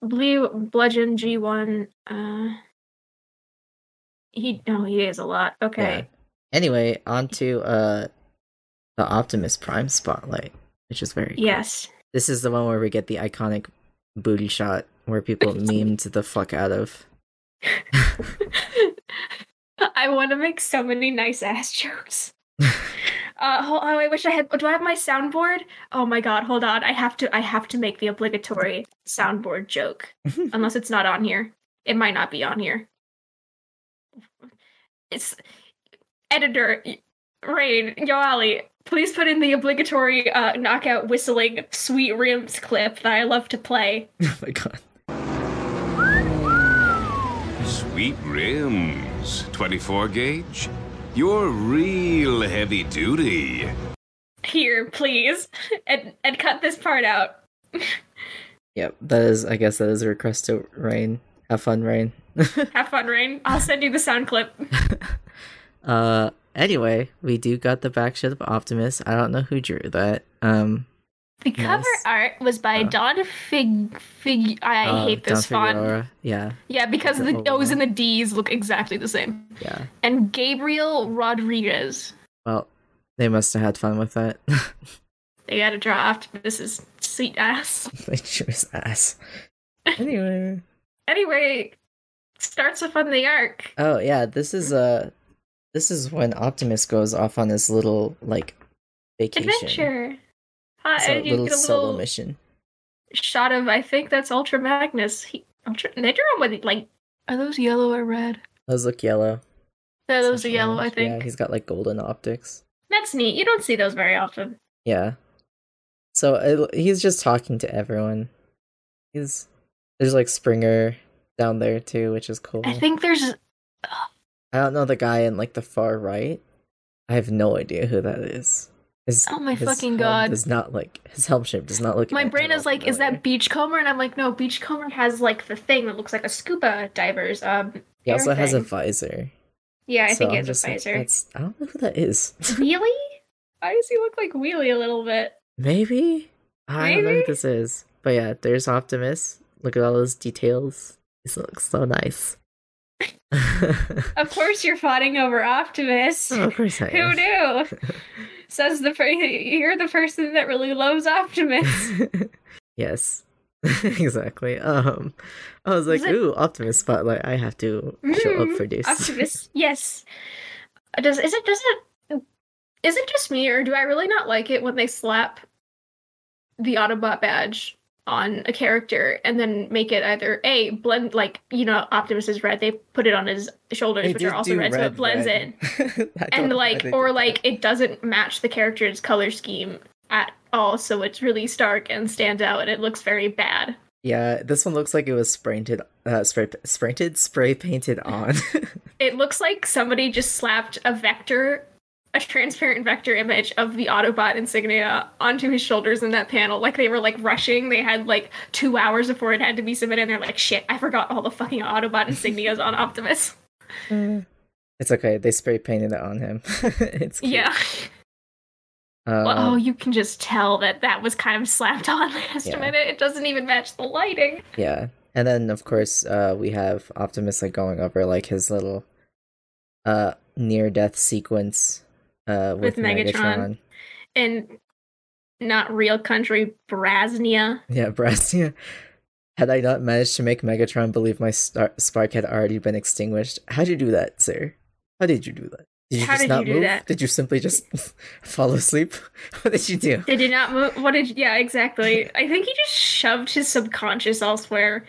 [SPEAKER 3] Blue Bludgeon G one, uh he no, he is a lot. Okay.
[SPEAKER 1] Yeah. Anyway, on to uh the Optimus Prime spotlight, which is very cool.
[SPEAKER 3] Yes.
[SPEAKER 1] This is the one where we get the iconic booty shot where people memed the fuck out of.
[SPEAKER 3] I want to make so many nice ass jokes. Uh, hold, oh, I wish I had. Do I have my soundboard? Oh my god, hold on. I have to. I have to make the obligatory soundboard joke. Unless it's not on here, it might not be on here. It's editor Rain Yoali. Please put in the obligatory uh, knockout whistling sweet rims clip that I love to play.
[SPEAKER 1] oh my god.
[SPEAKER 4] Sweet rims, 24 gauge. You're real heavy duty.
[SPEAKER 3] Here, please, and and cut this part out.
[SPEAKER 1] Yep, that is. I guess that is a request to Rain. Have fun, Rain.
[SPEAKER 3] Have fun, Rain. I'll send you the sound clip.
[SPEAKER 1] Uh, anyway, we do got the backshot of Optimus. I don't know who drew that. Um,
[SPEAKER 3] The cover
[SPEAKER 1] Nice.
[SPEAKER 3] art was by
[SPEAKER 1] Oh.
[SPEAKER 3] Don Fig Fig. I
[SPEAKER 1] uh,
[SPEAKER 3] hate this
[SPEAKER 1] Don
[SPEAKER 3] font.
[SPEAKER 1] Figueroa. Oh, Yeah,
[SPEAKER 3] Yeah, because
[SPEAKER 1] It's a
[SPEAKER 3] the
[SPEAKER 1] whole
[SPEAKER 3] O's and the
[SPEAKER 1] lot.
[SPEAKER 3] D's look exactly the same.
[SPEAKER 1] yeah.
[SPEAKER 3] And Gabriel Rodriguez.
[SPEAKER 1] Well, they must have had fun with that.
[SPEAKER 3] They got to draw Optimus's sweet ass.
[SPEAKER 1] they drew his ass. Anyway.
[SPEAKER 3] Anyway, starts off on the arc.
[SPEAKER 1] Oh yeah, this is uh this is when Optimus goes off on his little like vacation.
[SPEAKER 3] Adventure. Hi,
[SPEAKER 1] So,
[SPEAKER 3] and you
[SPEAKER 1] little
[SPEAKER 3] get a
[SPEAKER 1] solo
[SPEAKER 3] little
[SPEAKER 1] mission.
[SPEAKER 3] shot of I think that's Ultra Magnus. He, Ultra, they drew him with like are those yellow or red?
[SPEAKER 1] Those look yellow.
[SPEAKER 3] No, those are
[SPEAKER 1] slash
[SPEAKER 3] yellow. I
[SPEAKER 1] orange. Yeah,
[SPEAKER 3] think
[SPEAKER 1] he's got like golden optics.
[SPEAKER 3] that's neat. You don't see those very often.
[SPEAKER 1] Yeah. So uh, he's just talking to everyone. He's there's like Springer down there too, which is cool.
[SPEAKER 3] I think there's
[SPEAKER 1] I don't know the guy in like the far right. I have no idea who that is. His,
[SPEAKER 3] oh my
[SPEAKER 1] his helm
[SPEAKER 3] fucking god.
[SPEAKER 1] Does not like his helm shape does not look.
[SPEAKER 3] My
[SPEAKER 1] at
[SPEAKER 3] brain
[SPEAKER 1] all
[SPEAKER 3] is like, is
[SPEAKER 1] familiar.
[SPEAKER 3] that Beachcomber? And I'm like, no, Beachcomber has like the thing that looks like a scuba diver's. Um,
[SPEAKER 1] He also has a
[SPEAKER 3] thing?
[SPEAKER 1] visor.
[SPEAKER 3] yeah, I
[SPEAKER 1] So
[SPEAKER 3] think
[SPEAKER 1] I'm
[SPEAKER 3] it's a
[SPEAKER 1] just like,
[SPEAKER 3] visor.
[SPEAKER 1] That's, I don't know who that is.
[SPEAKER 3] Wheelie? Why does he look like Wheelie a little bit?
[SPEAKER 1] Maybe? I don't know
[SPEAKER 3] Maybe?
[SPEAKER 1] what this is. But yeah, there's Optimus. Look at all those details. This looks so nice. oh,
[SPEAKER 3] Of course, you're fighting over Optimus.
[SPEAKER 1] of course I
[SPEAKER 3] Who
[SPEAKER 1] am.
[SPEAKER 3] knew? Says the per- you're the person that really loves Optimus.
[SPEAKER 1] yes. exactly. Um I was like,
[SPEAKER 3] Was it-
[SPEAKER 1] ooh, Optimus spotlight. I have to show up
[SPEAKER 3] Mm,
[SPEAKER 1] for this.
[SPEAKER 3] Optimus, yes. Does is it does it is it just me or do I really not like it when they slap the Autobot badge on a character and then make it either a blend like you know Optimus is red they put it on his shoulders
[SPEAKER 1] They
[SPEAKER 3] which are
[SPEAKER 1] did
[SPEAKER 3] also
[SPEAKER 1] do
[SPEAKER 3] red, so it blends
[SPEAKER 1] red.
[SPEAKER 3] in
[SPEAKER 1] I don't
[SPEAKER 3] and
[SPEAKER 1] know why
[SPEAKER 3] like
[SPEAKER 1] they
[SPEAKER 3] or
[SPEAKER 1] did
[SPEAKER 3] like it doesn't match the character's color scheme at all so it's really stark and stands out and it looks very bad
[SPEAKER 1] Yeah, this one looks like it was sprainted uh spray sprainted spray painted on.
[SPEAKER 3] It looks like somebody just slapped a vector, a transparent vector image of the Autobot insignia onto his shoulders in that panel. Like they were like rushing. They had like two hours before it had to be submitted. And they're like, shit, I forgot all the fucking Autobot insignias on Optimus. Mm.
[SPEAKER 1] it's okay. They spray painted it on him. it's cute.
[SPEAKER 3] Yeah.
[SPEAKER 1] Um,
[SPEAKER 3] well, oh, you can just tell that that was kind of slapped on last
[SPEAKER 1] Yeah.
[SPEAKER 3] minute. It doesn't even match the lighting.
[SPEAKER 1] yeah. And then of course uh, we have Optimus like going over like his little uh near death sequence uh with,
[SPEAKER 3] With Megatron.
[SPEAKER 1] Megatron.
[SPEAKER 3] And not real country, Brasnia.
[SPEAKER 1] Yeah, Brastia. Had I not managed to make Megatron believe my star- spark had already been extinguished, how'd you do that, sir? How did you do that? Did you
[SPEAKER 3] How
[SPEAKER 1] just
[SPEAKER 3] did you
[SPEAKER 1] not
[SPEAKER 3] do
[SPEAKER 1] move?
[SPEAKER 3] that?
[SPEAKER 1] Did you simply just fall asleep? what did you do?
[SPEAKER 3] They did not move. What did? Yeah, exactly. I think he just shoved his subconscious elsewhere,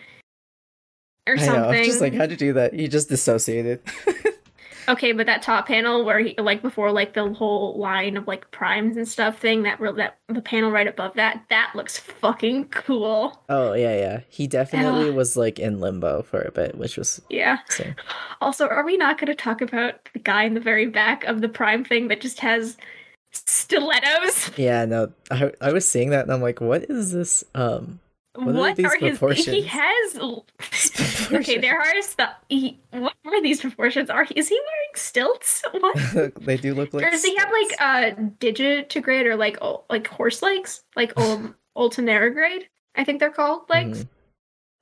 [SPEAKER 3] or
[SPEAKER 1] I
[SPEAKER 3] something.
[SPEAKER 1] know. I'm just like, how did you do that? You just dissociated.
[SPEAKER 3] okay, but that top panel where he like before like the whole line of like primes and stuff thing that real that the panel right above that that looks fucking cool.
[SPEAKER 1] Oh yeah, yeah. He definitely was like in limbo for a bit, which was
[SPEAKER 3] Yeah.
[SPEAKER 1] sick.
[SPEAKER 3] Also, are we not going to talk about the guy in the very back of the prime thing that just has stilettos?
[SPEAKER 1] Yeah, no, I I was seeing that and I'm like, what is this? Um,
[SPEAKER 3] What,
[SPEAKER 1] are these
[SPEAKER 3] are his? He
[SPEAKER 1] proportions?
[SPEAKER 3] has. okay, there are the. He, what were these proportions? Are is he wearing stilts? What?
[SPEAKER 1] they do look like.
[SPEAKER 3] or does he have
[SPEAKER 1] stilts.
[SPEAKER 3] like uh, a digitigrade or like o- like horse legs, like old ultinarigrade? I think they're called legs.
[SPEAKER 1] Mhm.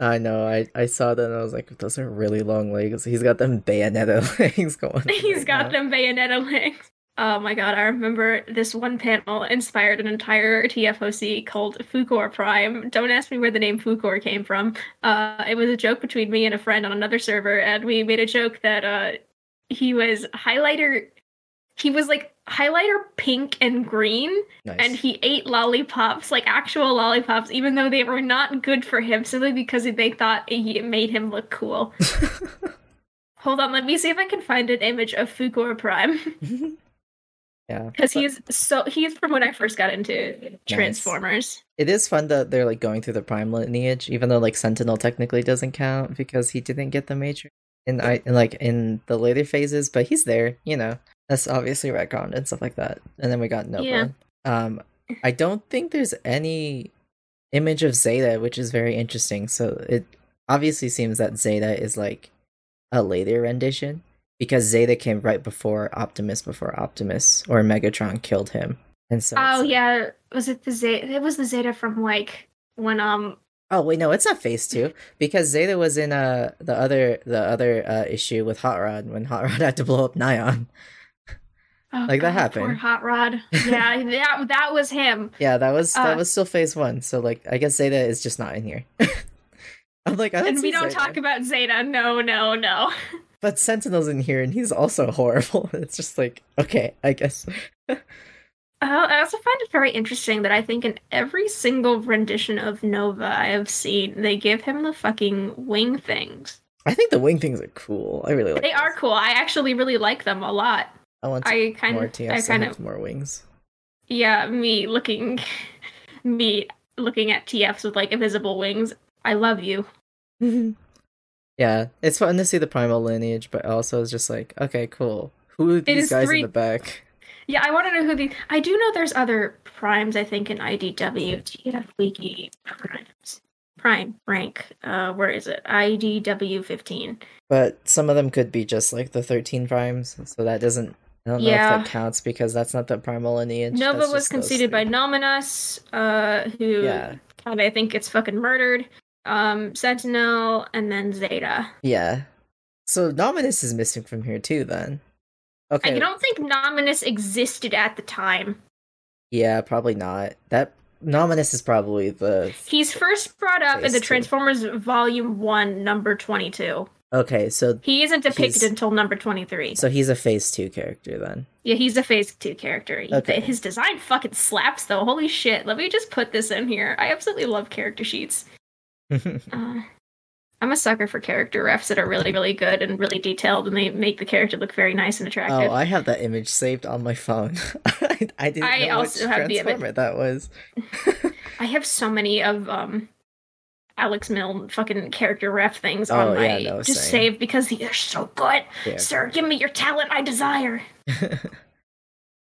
[SPEAKER 1] I know. I I saw that and I was like, those are really long legs. He's got them bayonetta legs going. on
[SPEAKER 3] He's
[SPEAKER 1] right
[SPEAKER 3] got
[SPEAKER 1] now.
[SPEAKER 3] them bayonetta legs. Oh my god, I remember this one panel inspired an entire TFOC called Fukor Prime. Don't ask me where the name Fukor came from. Uh, it was a joke between me and a friend on another server, and we made a joke that uh, he was highlighter. He was like highlighter pink and green,
[SPEAKER 1] Nice.
[SPEAKER 3] and he ate lollipops, like actual lollipops, even though they were not good for him, simply because they thought it made him look cool. Hold on, let me see if I can find an image of Fukor Prime.
[SPEAKER 1] yeah.
[SPEAKER 3] Because
[SPEAKER 1] but
[SPEAKER 3] he's so he's from when I first got into Transformers.
[SPEAKER 1] it is fun that they're like going through the prime lineage, even though like Sentinel technically doesn't count because he didn't get the Matrix in I in, like in the later phases, but he's there, you know. That's obviously retcon and stuff like that. And then we got Nova.
[SPEAKER 3] Yeah.
[SPEAKER 1] Um I don't think there's any image of Zeta, which is very interesting. So it obviously seems that Zeta is like a later rendition because Zeta came right before Optimus before Optimus or Megatron killed him. And so it's
[SPEAKER 3] Oh
[SPEAKER 1] like-
[SPEAKER 3] yeah, was it the Zeta? It was the Zeta from like when um
[SPEAKER 1] Oh wait, no, it's not phase two because Zeta was in uh the other the other uh, issue with Hot Rod when Hot Rod had to blow up Nyan.
[SPEAKER 3] oh,
[SPEAKER 1] Like, that
[SPEAKER 3] God, poor
[SPEAKER 1] happened.
[SPEAKER 3] Hot Rod. Yeah, that that was him.
[SPEAKER 1] Yeah, that was that
[SPEAKER 3] Uh.
[SPEAKER 1] was still phase one. So like, I guess Zeta is just not in here. I'm like, I don't
[SPEAKER 3] and we
[SPEAKER 1] see
[SPEAKER 3] don't
[SPEAKER 1] Zeta.
[SPEAKER 3] talk about Zeta. No, no, no.
[SPEAKER 1] but Sentinel's in here, and he's also horrible. It's just like, okay, I guess.
[SPEAKER 3] Oh, I also find it very interesting that I think in every single rendition of Nova I have seen, they give him the fucking wing things.
[SPEAKER 1] I think the wing things are cool. I really like.
[SPEAKER 3] They are
[SPEAKER 1] those.
[SPEAKER 3] cool. I actually really like them a lot.
[SPEAKER 1] I want to
[SPEAKER 3] I kind
[SPEAKER 1] more
[SPEAKER 3] of,
[SPEAKER 1] TFC
[SPEAKER 3] I kind
[SPEAKER 1] have
[SPEAKER 3] of,
[SPEAKER 1] more wings.
[SPEAKER 3] yeah, me looking, me looking at TFs with like invisible wings. I love you.
[SPEAKER 1] yeah, it's fun to see the primal lineage, but also it's just like, okay, cool. Who are these
[SPEAKER 3] is
[SPEAKER 1] guys
[SPEAKER 3] three-
[SPEAKER 1] in the back?
[SPEAKER 3] Yeah, I want to know who the. I do know there's other primes. I think in IDW TF Wiki primes prime rank. Uh, where is it? IDW fifteen.
[SPEAKER 1] but some of them could be just like the 13 primes so that doesn't i don't know
[SPEAKER 3] Yeah.
[SPEAKER 1] if that counts because that's not the primal lineage
[SPEAKER 3] Nova
[SPEAKER 1] that's
[SPEAKER 3] was
[SPEAKER 1] just those
[SPEAKER 3] conceded by
[SPEAKER 1] three.
[SPEAKER 3] Nominus, uh, who
[SPEAKER 1] yeah
[SPEAKER 3] kind of I think gets fucking murdered. Um, Sentinel and then Zeta.
[SPEAKER 1] yeah so nominus is missing from here too then okay
[SPEAKER 3] I don't think Nominus existed at the time.
[SPEAKER 1] yeah probably not that nominus is probably the
[SPEAKER 3] He's first brought up in
[SPEAKER 1] Phase
[SPEAKER 3] the
[SPEAKER 1] two.
[SPEAKER 3] Transformers Volume 1, number 22.
[SPEAKER 1] okay so
[SPEAKER 3] He isn't depicted
[SPEAKER 1] He's-
[SPEAKER 3] until number 23.
[SPEAKER 1] so he's a phase two character then
[SPEAKER 3] yeah, he's a Phase 2 character.
[SPEAKER 1] Okay.
[SPEAKER 3] His design fucking slaps, though. Holy shit. Let me just put this in here. I absolutely love character sheets.
[SPEAKER 1] Oh,
[SPEAKER 3] Uh, I'm a sucker for character refs that are really, really good and really detailed, and they make the character look very nice and
[SPEAKER 1] oh
[SPEAKER 3] attractive.
[SPEAKER 1] i have that image saved on my phone i, I didn't
[SPEAKER 3] I
[SPEAKER 1] know
[SPEAKER 3] also
[SPEAKER 1] which
[SPEAKER 3] have the image.
[SPEAKER 1] transformer that was
[SPEAKER 3] I have so many of um Alex Mill fucking character ref things
[SPEAKER 1] Oh,
[SPEAKER 3] on
[SPEAKER 1] yeah,
[SPEAKER 3] my
[SPEAKER 1] no,
[SPEAKER 3] just
[SPEAKER 1] same.
[SPEAKER 3] save because they're so good.
[SPEAKER 1] Yeah.
[SPEAKER 3] Sir, give me your talent I desire.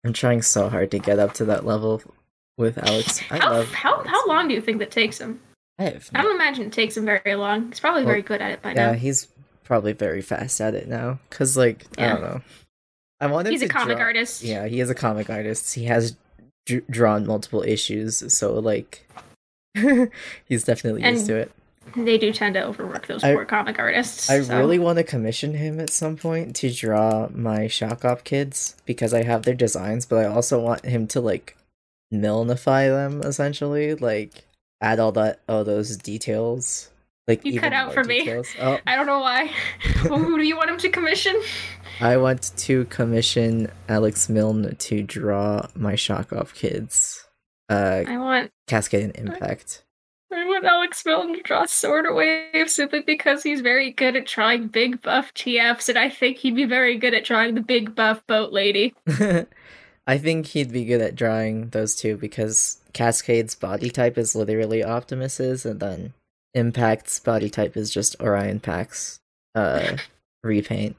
[SPEAKER 1] i'm trying so hard to get up to that level with alex i
[SPEAKER 3] how
[SPEAKER 1] love
[SPEAKER 3] how
[SPEAKER 1] Alex.
[SPEAKER 3] how long do you think that takes him?
[SPEAKER 1] I have
[SPEAKER 3] I don't imagine it takes him very long. He's probably
[SPEAKER 1] Well,
[SPEAKER 3] very good at it by
[SPEAKER 1] Yeah,
[SPEAKER 3] now.
[SPEAKER 1] he's probably very fast at it now. Cause like I
[SPEAKER 3] Yeah.
[SPEAKER 1] don't know. I wanted.
[SPEAKER 3] He's a
[SPEAKER 1] to
[SPEAKER 3] comic
[SPEAKER 1] draw-
[SPEAKER 3] artist.
[SPEAKER 1] Yeah, he is a comic artist. He has d- drawn multiple issues, so like he's definitely used
[SPEAKER 3] And
[SPEAKER 1] to it.
[SPEAKER 3] They do tend to overwork those
[SPEAKER 1] I-
[SPEAKER 3] poor comic artists.
[SPEAKER 1] I
[SPEAKER 3] so.
[SPEAKER 1] really want to commission him at some point to draw my Shock Op kids because I have their designs, but I also want him to like milnify them essentially, like add all that all those details. Like
[SPEAKER 3] You
[SPEAKER 1] even
[SPEAKER 3] cut out
[SPEAKER 1] more
[SPEAKER 3] for me.
[SPEAKER 1] details. Oh,
[SPEAKER 3] I don't know why. Who do you want him to commission?
[SPEAKER 1] I want to commission Alex Milne to draw my Shock Off Kids, uh,
[SPEAKER 3] I want
[SPEAKER 1] Cascade and Impact.
[SPEAKER 3] I want Alex Milton to draw Sword Wave simply because he's very good at drawing big buff TFs, and I think he'd be very good at drawing the big buff boat lady.
[SPEAKER 1] I think he'd be good at drawing those two because Cascade's body type is literally Optimus's, and then Impact's body type is just Orion Pack's uh, repaint,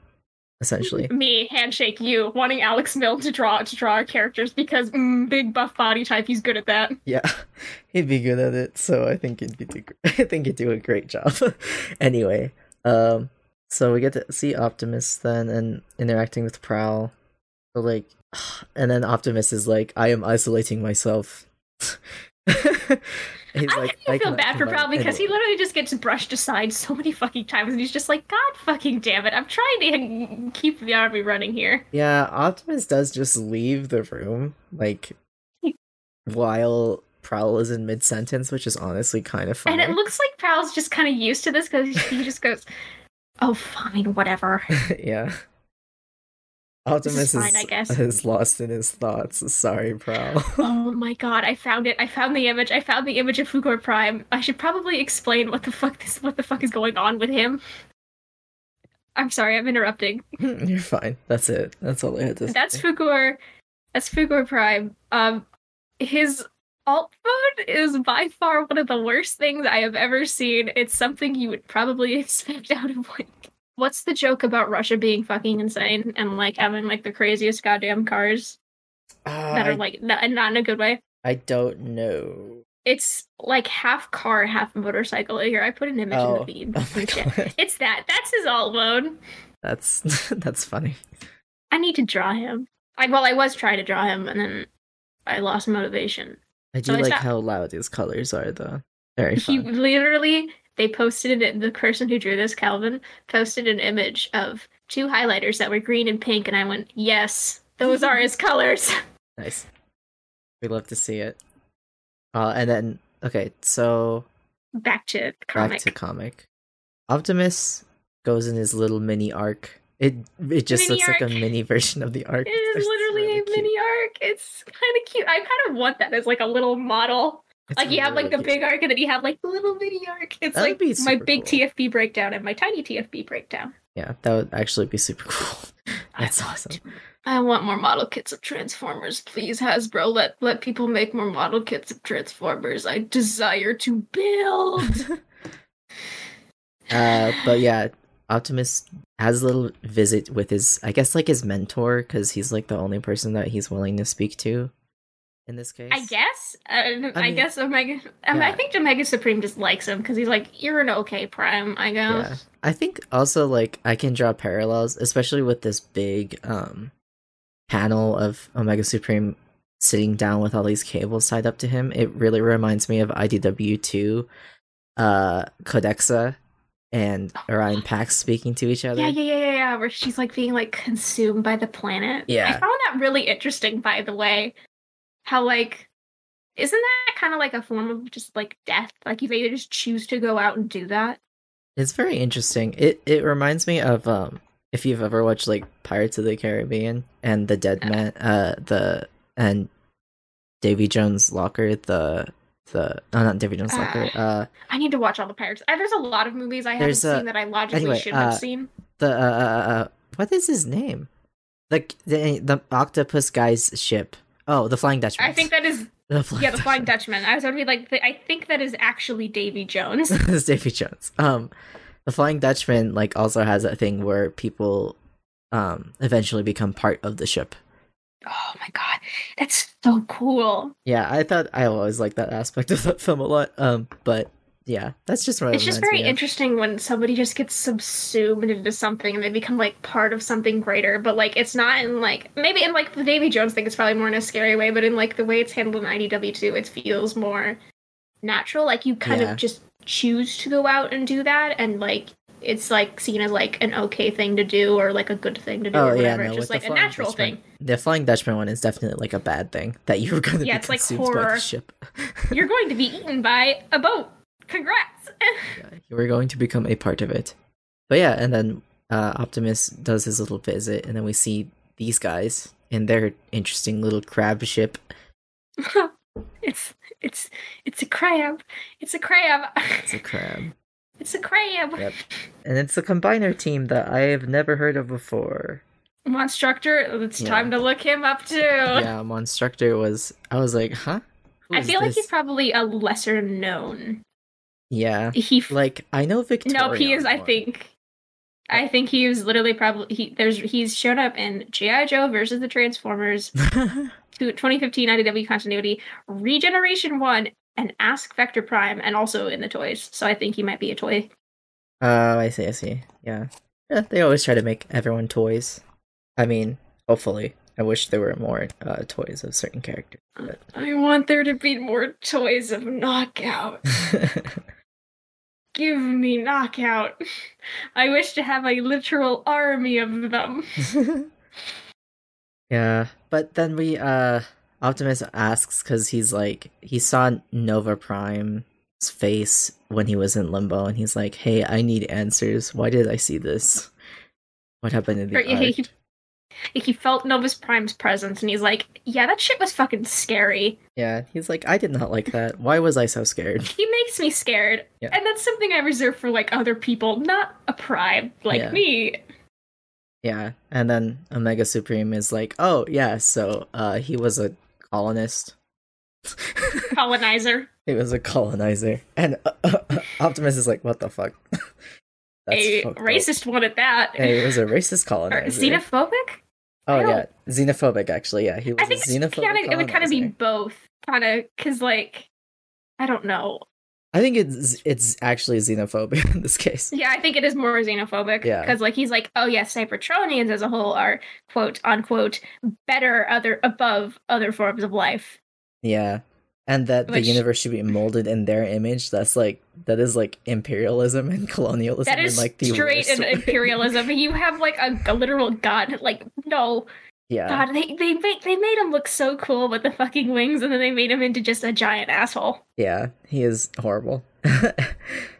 [SPEAKER 1] essentially.
[SPEAKER 3] Me, handshake you, wanting Alex Milton to draw to draw our characters because mm, big buff body type, he's good at that.
[SPEAKER 1] Yeah, he'd be good at it, so I think he'd be do, I think he'd do a great job. anyway, um, so we get to see Optimus then and interacting with Prowl, so like, and then Optimus is like, "I am isolating myself." He's
[SPEAKER 3] I kind of feel
[SPEAKER 1] cannot
[SPEAKER 3] bad for
[SPEAKER 1] combine
[SPEAKER 3] Prowl because he
[SPEAKER 1] anyone."
[SPEAKER 3] literally just gets brushed aside so many fucking times, and he's just like, God fucking damn it! I'm trying to keep the army running here.
[SPEAKER 1] Yeah, Optimus does just leave the room, like, while Prowl is in mid sentence, which is honestly kind of funny.
[SPEAKER 3] And it looks like Prowl's just kind of used to this because he just goes, "Oh, fine, whatever."
[SPEAKER 1] yeah. Optimus
[SPEAKER 3] fine, I
[SPEAKER 1] is,
[SPEAKER 3] guess.
[SPEAKER 1] is lost in his thoughts. Sorry, Prowl.
[SPEAKER 3] Oh my god, I found it. I found the image. I found the image of Fugor Prime. I should probably explain what the fuck this what the fuck is going on with him. I'm sorry, I'm interrupting.
[SPEAKER 1] You're fine. That's it. That's all I had to say.
[SPEAKER 3] That's Fugor. That's Fugor Prime. Um his alt mode is by far one of the worst things I have ever seen. It's something you would probably expect out of like What's the joke about Russia being fucking insane and like having like the craziest goddamn cars
[SPEAKER 1] Ah,
[SPEAKER 3] that are
[SPEAKER 1] I-
[SPEAKER 3] like not, not in a good way?
[SPEAKER 1] I don't know.
[SPEAKER 3] It's like half car, half motorcycle. Here, I put an image in
[SPEAKER 1] Oh.
[SPEAKER 3] the feed.
[SPEAKER 1] Oh my
[SPEAKER 3] and shit.
[SPEAKER 1] god.
[SPEAKER 3] It's that. That's his alt mode.
[SPEAKER 1] That's that's funny.
[SPEAKER 3] I need to draw him. I well, I was trying to draw him, and then I lost motivation.
[SPEAKER 1] I do
[SPEAKER 3] So it's
[SPEAKER 1] like
[SPEAKER 3] not-
[SPEAKER 1] how loud his colors are, though. Very
[SPEAKER 3] He
[SPEAKER 1] fun.
[SPEAKER 3] literally they posted it. The person who drew this, Calvin, posted an image of two highlighters that were green and pink, and I went, "Yes, those are his colors."
[SPEAKER 1] Nice. We love to see it. Uh, and then okay, so
[SPEAKER 3] Back to
[SPEAKER 1] back
[SPEAKER 3] comic.
[SPEAKER 1] to comic. Optimus goes in his little mini arc. It it just
[SPEAKER 3] Mini
[SPEAKER 1] looks like
[SPEAKER 3] arc.
[SPEAKER 1] a mini version of the arc.
[SPEAKER 3] it is
[SPEAKER 1] It's
[SPEAKER 3] literally
[SPEAKER 1] really
[SPEAKER 3] a
[SPEAKER 1] cute.
[SPEAKER 3] mini arc. It's kind of cute. I kind of want that as like a little model
[SPEAKER 1] It's
[SPEAKER 3] like you have like
[SPEAKER 1] really
[SPEAKER 3] the
[SPEAKER 1] cute.
[SPEAKER 3] big arc and then you have like the little mini arc. It's
[SPEAKER 1] That would
[SPEAKER 3] like
[SPEAKER 1] be
[SPEAKER 3] my
[SPEAKER 1] super
[SPEAKER 3] big
[SPEAKER 1] cool.
[SPEAKER 3] TFB breakdown and my tiny TFB breakdown.
[SPEAKER 1] Yeah, that would actually be super cool. That's
[SPEAKER 3] I want-
[SPEAKER 1] awesome.
[SPEAKER 3] I want more model kits of Transformers, please, Hasbro. Let let people make more model kits of Transformers. I desire to build.
[SPEAKER 1] Uh, but yeah, Optimus has a little visit with his, I guess, like his mentor, because he's like the only person that he's willing to speak to in this case.
[SPEAKER 3] I guess. Uh, I,
[SPEAKER 1] mean-
[SPEAKER 3] guess Omega. Um, I
[SPEAKER 1] Yeah.
[SPEAKER 3] think Omega Supreme just likes him because he's like, you're an okay Prime. I guess.
[SPEAKER 1] Yeah. I think also like I can draw parallels, especially with this big um panel of Omega Supreme sitting down with all these cables tied up to him. It really reminds me of IDW two, uh Codexa and Orion Pax speaking to each other.
[SPEAKER 3] Yeah, yeah, yeah, yeah, yeah. Where she's like being like consumed by the planet. I
[SPEAKER 1] Yeah.
[SPEAKER 3] found that really interesting, by the way. How like isn't that kind of like a form of just like death? Like you either just choose to go out and do that.
[SPEAKER 1] It's very interesting. It it reminds me of um if you've ever watched like Pirates of the Caribbean and the Dead Man uh the and Davy Jones Locker the the no not Davy Jones Locker
[SPEAKER 3] Ah.
[SPEAKER 1] uh
[SPEAKER 3] I need to watch all the pirates. Uh, there's a lot of movies I haven't
[SPEAKER 1] There's a-
[SPEAKER 3] seen that I logically
[SPEAKER 1] anyway,
[SPEAKER 3] should
[SPEAKER 1] uh,
[SPEAKER 3] have seen.
[SPEAKER 1] the uh, uh, uh, uh, what is his name the the the octopus guy's ship oh the Flying Dutchman
[SPEAKER 3] I think that is
[SPEAKER 1] the flying
[SPEAKER 3] yeah, the Flying
[SPEAKER 1] Dutchman.
[SPEAKER 3] Dutchman. I was gonna be like, th- I think that is actually Davy Jones.
[SPEAKER 1] it's Davy Jones. Um, the Flying Dutchman like also has that thing where people um eventually become part of the ship.
[SPEAKER 3] oh my god, that's so cool.
[SPEAKER 1] Yeah, I thought I always liked that aspect of that film a lot. Um, but yeah, that's just what
[SPEAKER 3] It's
[SPEAKER 1] it
[SPEAKER 3] just
[SPEAKER 1] reminds
[SPEAKER 3] very
[SPEAKER 1] me of.
[SPEAKER 3] interesting when somebody just gets subsumed into something and they become like part of something greater, but like it's not in like maybe in like the Davy Jones thing, it's probably more in a scary way, but in like the way it's handled in IDW2, it feels more natural. Like you kind
[SPEAKER 1] Yeah.
[SPEAKER 3] of just choose to go out and do that, and like it's like seen as like an okay thing to do or like a good thing to do or
[SPEAKER 1] Oh yeah,
[SPEAKER 3] whatever.
[SPEAKER 1] no,
[SPEAKER 3] it's
[SPEAKER 1] with
[SPEAKER 3] just like
[SPEAKER 1] the
[SPEAKER 3] a
[SPEAKER 1] Flying
[SPEAKER 3] natural
[SPEAKER 1] Dutchman,
[SPEAKER 3] thing.
[SPEAKER 1] The Flying Dutchman one is definitely like a bad thing that you were gonna
[SPEAKER 3] Yeah,
[SPEAKER 1] be
[SPEAKER 3] it's like
[SPEAKER 1] consumed by the
[SPEAKER 3] horror.
[SPEAKER 1] ship.
[SPEAKER 3] You're going to be eaten by a boat. Congrats.
[SPEAKER 1] Yeah, you were going to become a part of it. But yeah, and then uh, Optimus does his little visit, and then we see these guys in their interesting little crab ship.
[SPEAKER 3] it's it's it's a crab. It's a crab.
[SPEAKER 1] It's a crab,
[SPEAKER 3] It's a crab.
[SPEAKER 1] Yep. and it's a combiner team that I have never heard of before.
[SPEAKER 3] Monstructor, it's
[SPEAKER 1] Yeah.
[SPEAKER 3] time to look him up too.
[SPEAKER 1] Yeah, Monstructor was. I was like, huh? Who
[SPEAKER 3] Oh. I
[SPEAKER 1] is
[SPEAKER 3] feel like
[SPEAKER 1] this?
[SPEAKER 3] he's probably a lesser known.
[SPEAKER 1] yeah.
[SPEAKER 3] He f-
[SPEAKER 1] Like I know Victoria.
[SPEAKER 3] nope, he is. I think, I think he was literally probably he. There's he's shown up in GI Joe versus the Transformers, to 2015 IDW continuity, Regeneration One, and Ask Vector Prime, and also in the toys. So I think he might be a toy.
[SPEAKER 1] Oh, I see. I see. Yeah. yeah. They always try to make everyone toys. I mean, hopefully. I wish there were more uh, toys of certain characters. But...
[SPEAKER 3] I want there to be more toys of knockout. Give me knockout. I wish to have a literal army of them.
[SPEAKER 1] yeah, but then we uh Optimus asks cuz he's like he saw Nova Prime's face when he was in limbo and he's like, "Hey, I need answers. Why did I see this? What happened in the
[SPEAKER 3] Right, yeah, he-
[SPEAKER 1] art?"
[SPEAKER 3] Like he felt Novus Prime's presence, and he's like, "Yeah, that shit was fucking scary."
[SPEAKER 1] Yeah, he's like, I did not like that. Why was I so scared?
[SPEAKER 3] He makes me scared,
[SPEAKER 1] Yeah.
[SPEAKER 3] and that's something I reserve for like other people, not a pride like
[SPEAKER 1] Yeah.
[SPEAKER 3] me.
[SPEAKER 1] Yeah, and then Omega Supreme is like, oh yeah, so uh, he was a colonist.
[SPEAKER 3] Colonizer,
[SPEAKER 1] He was a colonizer, and uh, Optimus is like, what the fuck?
[SPEAKER 3] a
[SPEAKER 1] fucked up.
[SPEAKER 3] racist one at that,
[SPEAKER 1] Yeah, he was a racist
[SPEAKER 3] or
[SPEAKER 1] colonizer.
[SPEAKER 3] xenophobic.
[SPEAKER 1] oh
[SPEAKER 3] I don't-
[SPEAKER 1] yeah, xenophobic actually. Yeah, he was
[SPEAKER 3] I think
[SPEAKER 1] a
[SPEAKER 3] it's
[SPEAKER 1] xenophobic.
[SPEAKER 3] kind of it would kind of be
[SPEAKER 1] colonizer.
[SPEAKER 3] both, kind of because like I don't know.
[SPEAKER 1] I think it's it's actually xenophobic in this case.
[SPEAKER 3] Yeah, I think it is more xenophobic.
[SPEAKER 1] Yeah.
[SPEAKER 3] because like he's like, oh yes, Cybertronians as a whole are quote unquote better other above other forms of life.
[SPEAKER 1] Yeah, and that
[SPEAKER 3] Which-
[SPEAKER 1] the universe should be molded in their image. That's like that is like imperialism and colonialism.
[SPEAKER 3] that is
[SPEAKER 1] in, like the
[SPEAKER 3] straight
[SPEAKER 1] worst
[SPEAKER 3] in
[SPEAKER 1] way.
[SPEAKER 3] imperialism. you have like a, a literal god. Like no
[SPEAKER 1] Yeah.
[SPEAKER 3] god, they they make they made him look so cool with the fucking wings, and then they made him into just a giant asshole.
[SPEAKER 1] Yeah, he is horrible.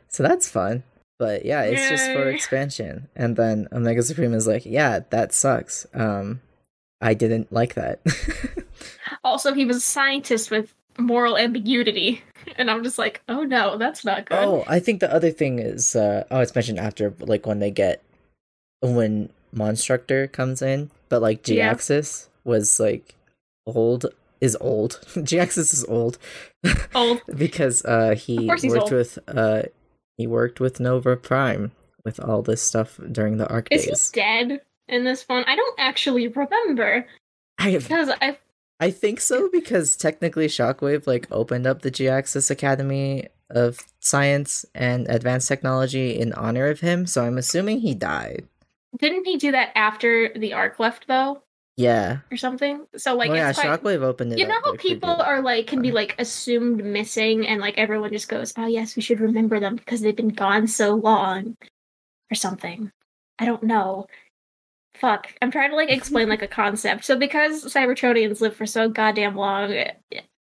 [SPEAKER 1] so that's fun. But yeah, it's just for
[SPEAKER 3] Yay.
[SPEAKER 1] expansion. And then Omega Supreme is like, yeah, that sucks. Um, I didn't like that.
[SPEAKER 3] Also, he was a scientist with moral ambiguity. And I'm just like, oh no, that's not good.
[SPEAKER 1] oh, I think the other thing is, uh, oh, it's mentioned after, but, like when they get when Monstructor comes in, but like G
[SPEAKER 3] Yeah.
[SPEAKER 1] Axis was like old is old. G Axis is old
[SPEAKER 3] Old.
[SPEAKER 1] because uh, he
[SPEAKER 3] Of course
[SPEAKER 1] worked
[SPEAKER 3] he's old.
[SPEAKER 1] with uh, he worked with Nova Prime with all this stuff during the arc
[SPEAKER 3] Is he
[SPEAKER 1] days.
[SPEAKER 3] dead in this one? I don't actually remember.
[SPEAKER 1] I
[SPEAKER 3] Because I
[SPEAKER 1] I think so because technically Shockwave like opened up the G-Axis Academy of Science and Advanced Technology in honor of him, so I'm assuming he died.
[SPEAKER 3] didn't he do that after the arc left though?
[SPEAKER 1] Yeah.
[SPEAKER 3] Or something? So like
[SPEAKER 1] oh yeah,
[SPEAKER 3] it's quite,
[SPEAKER 1] Shockwave opened it
[SPEAKER 3] You know
[SPEAKER 1] up,
[SPEAKER 3] how
[SPEAKER 1] like, they
[SPEAKER 3] people
[SPEAKER 1] did.
[SPEAKER 3] are like can be
[SPEAKER 1] Uh-huh.
[SPEAKER 3] like assumed missing and like everyone just goes, Oh yes, we should remember them because they've been gone so long or something. I don't know. Fuck. I'm trying to like explain like a concept. So because Cybertronians live for so goddamn long, eh,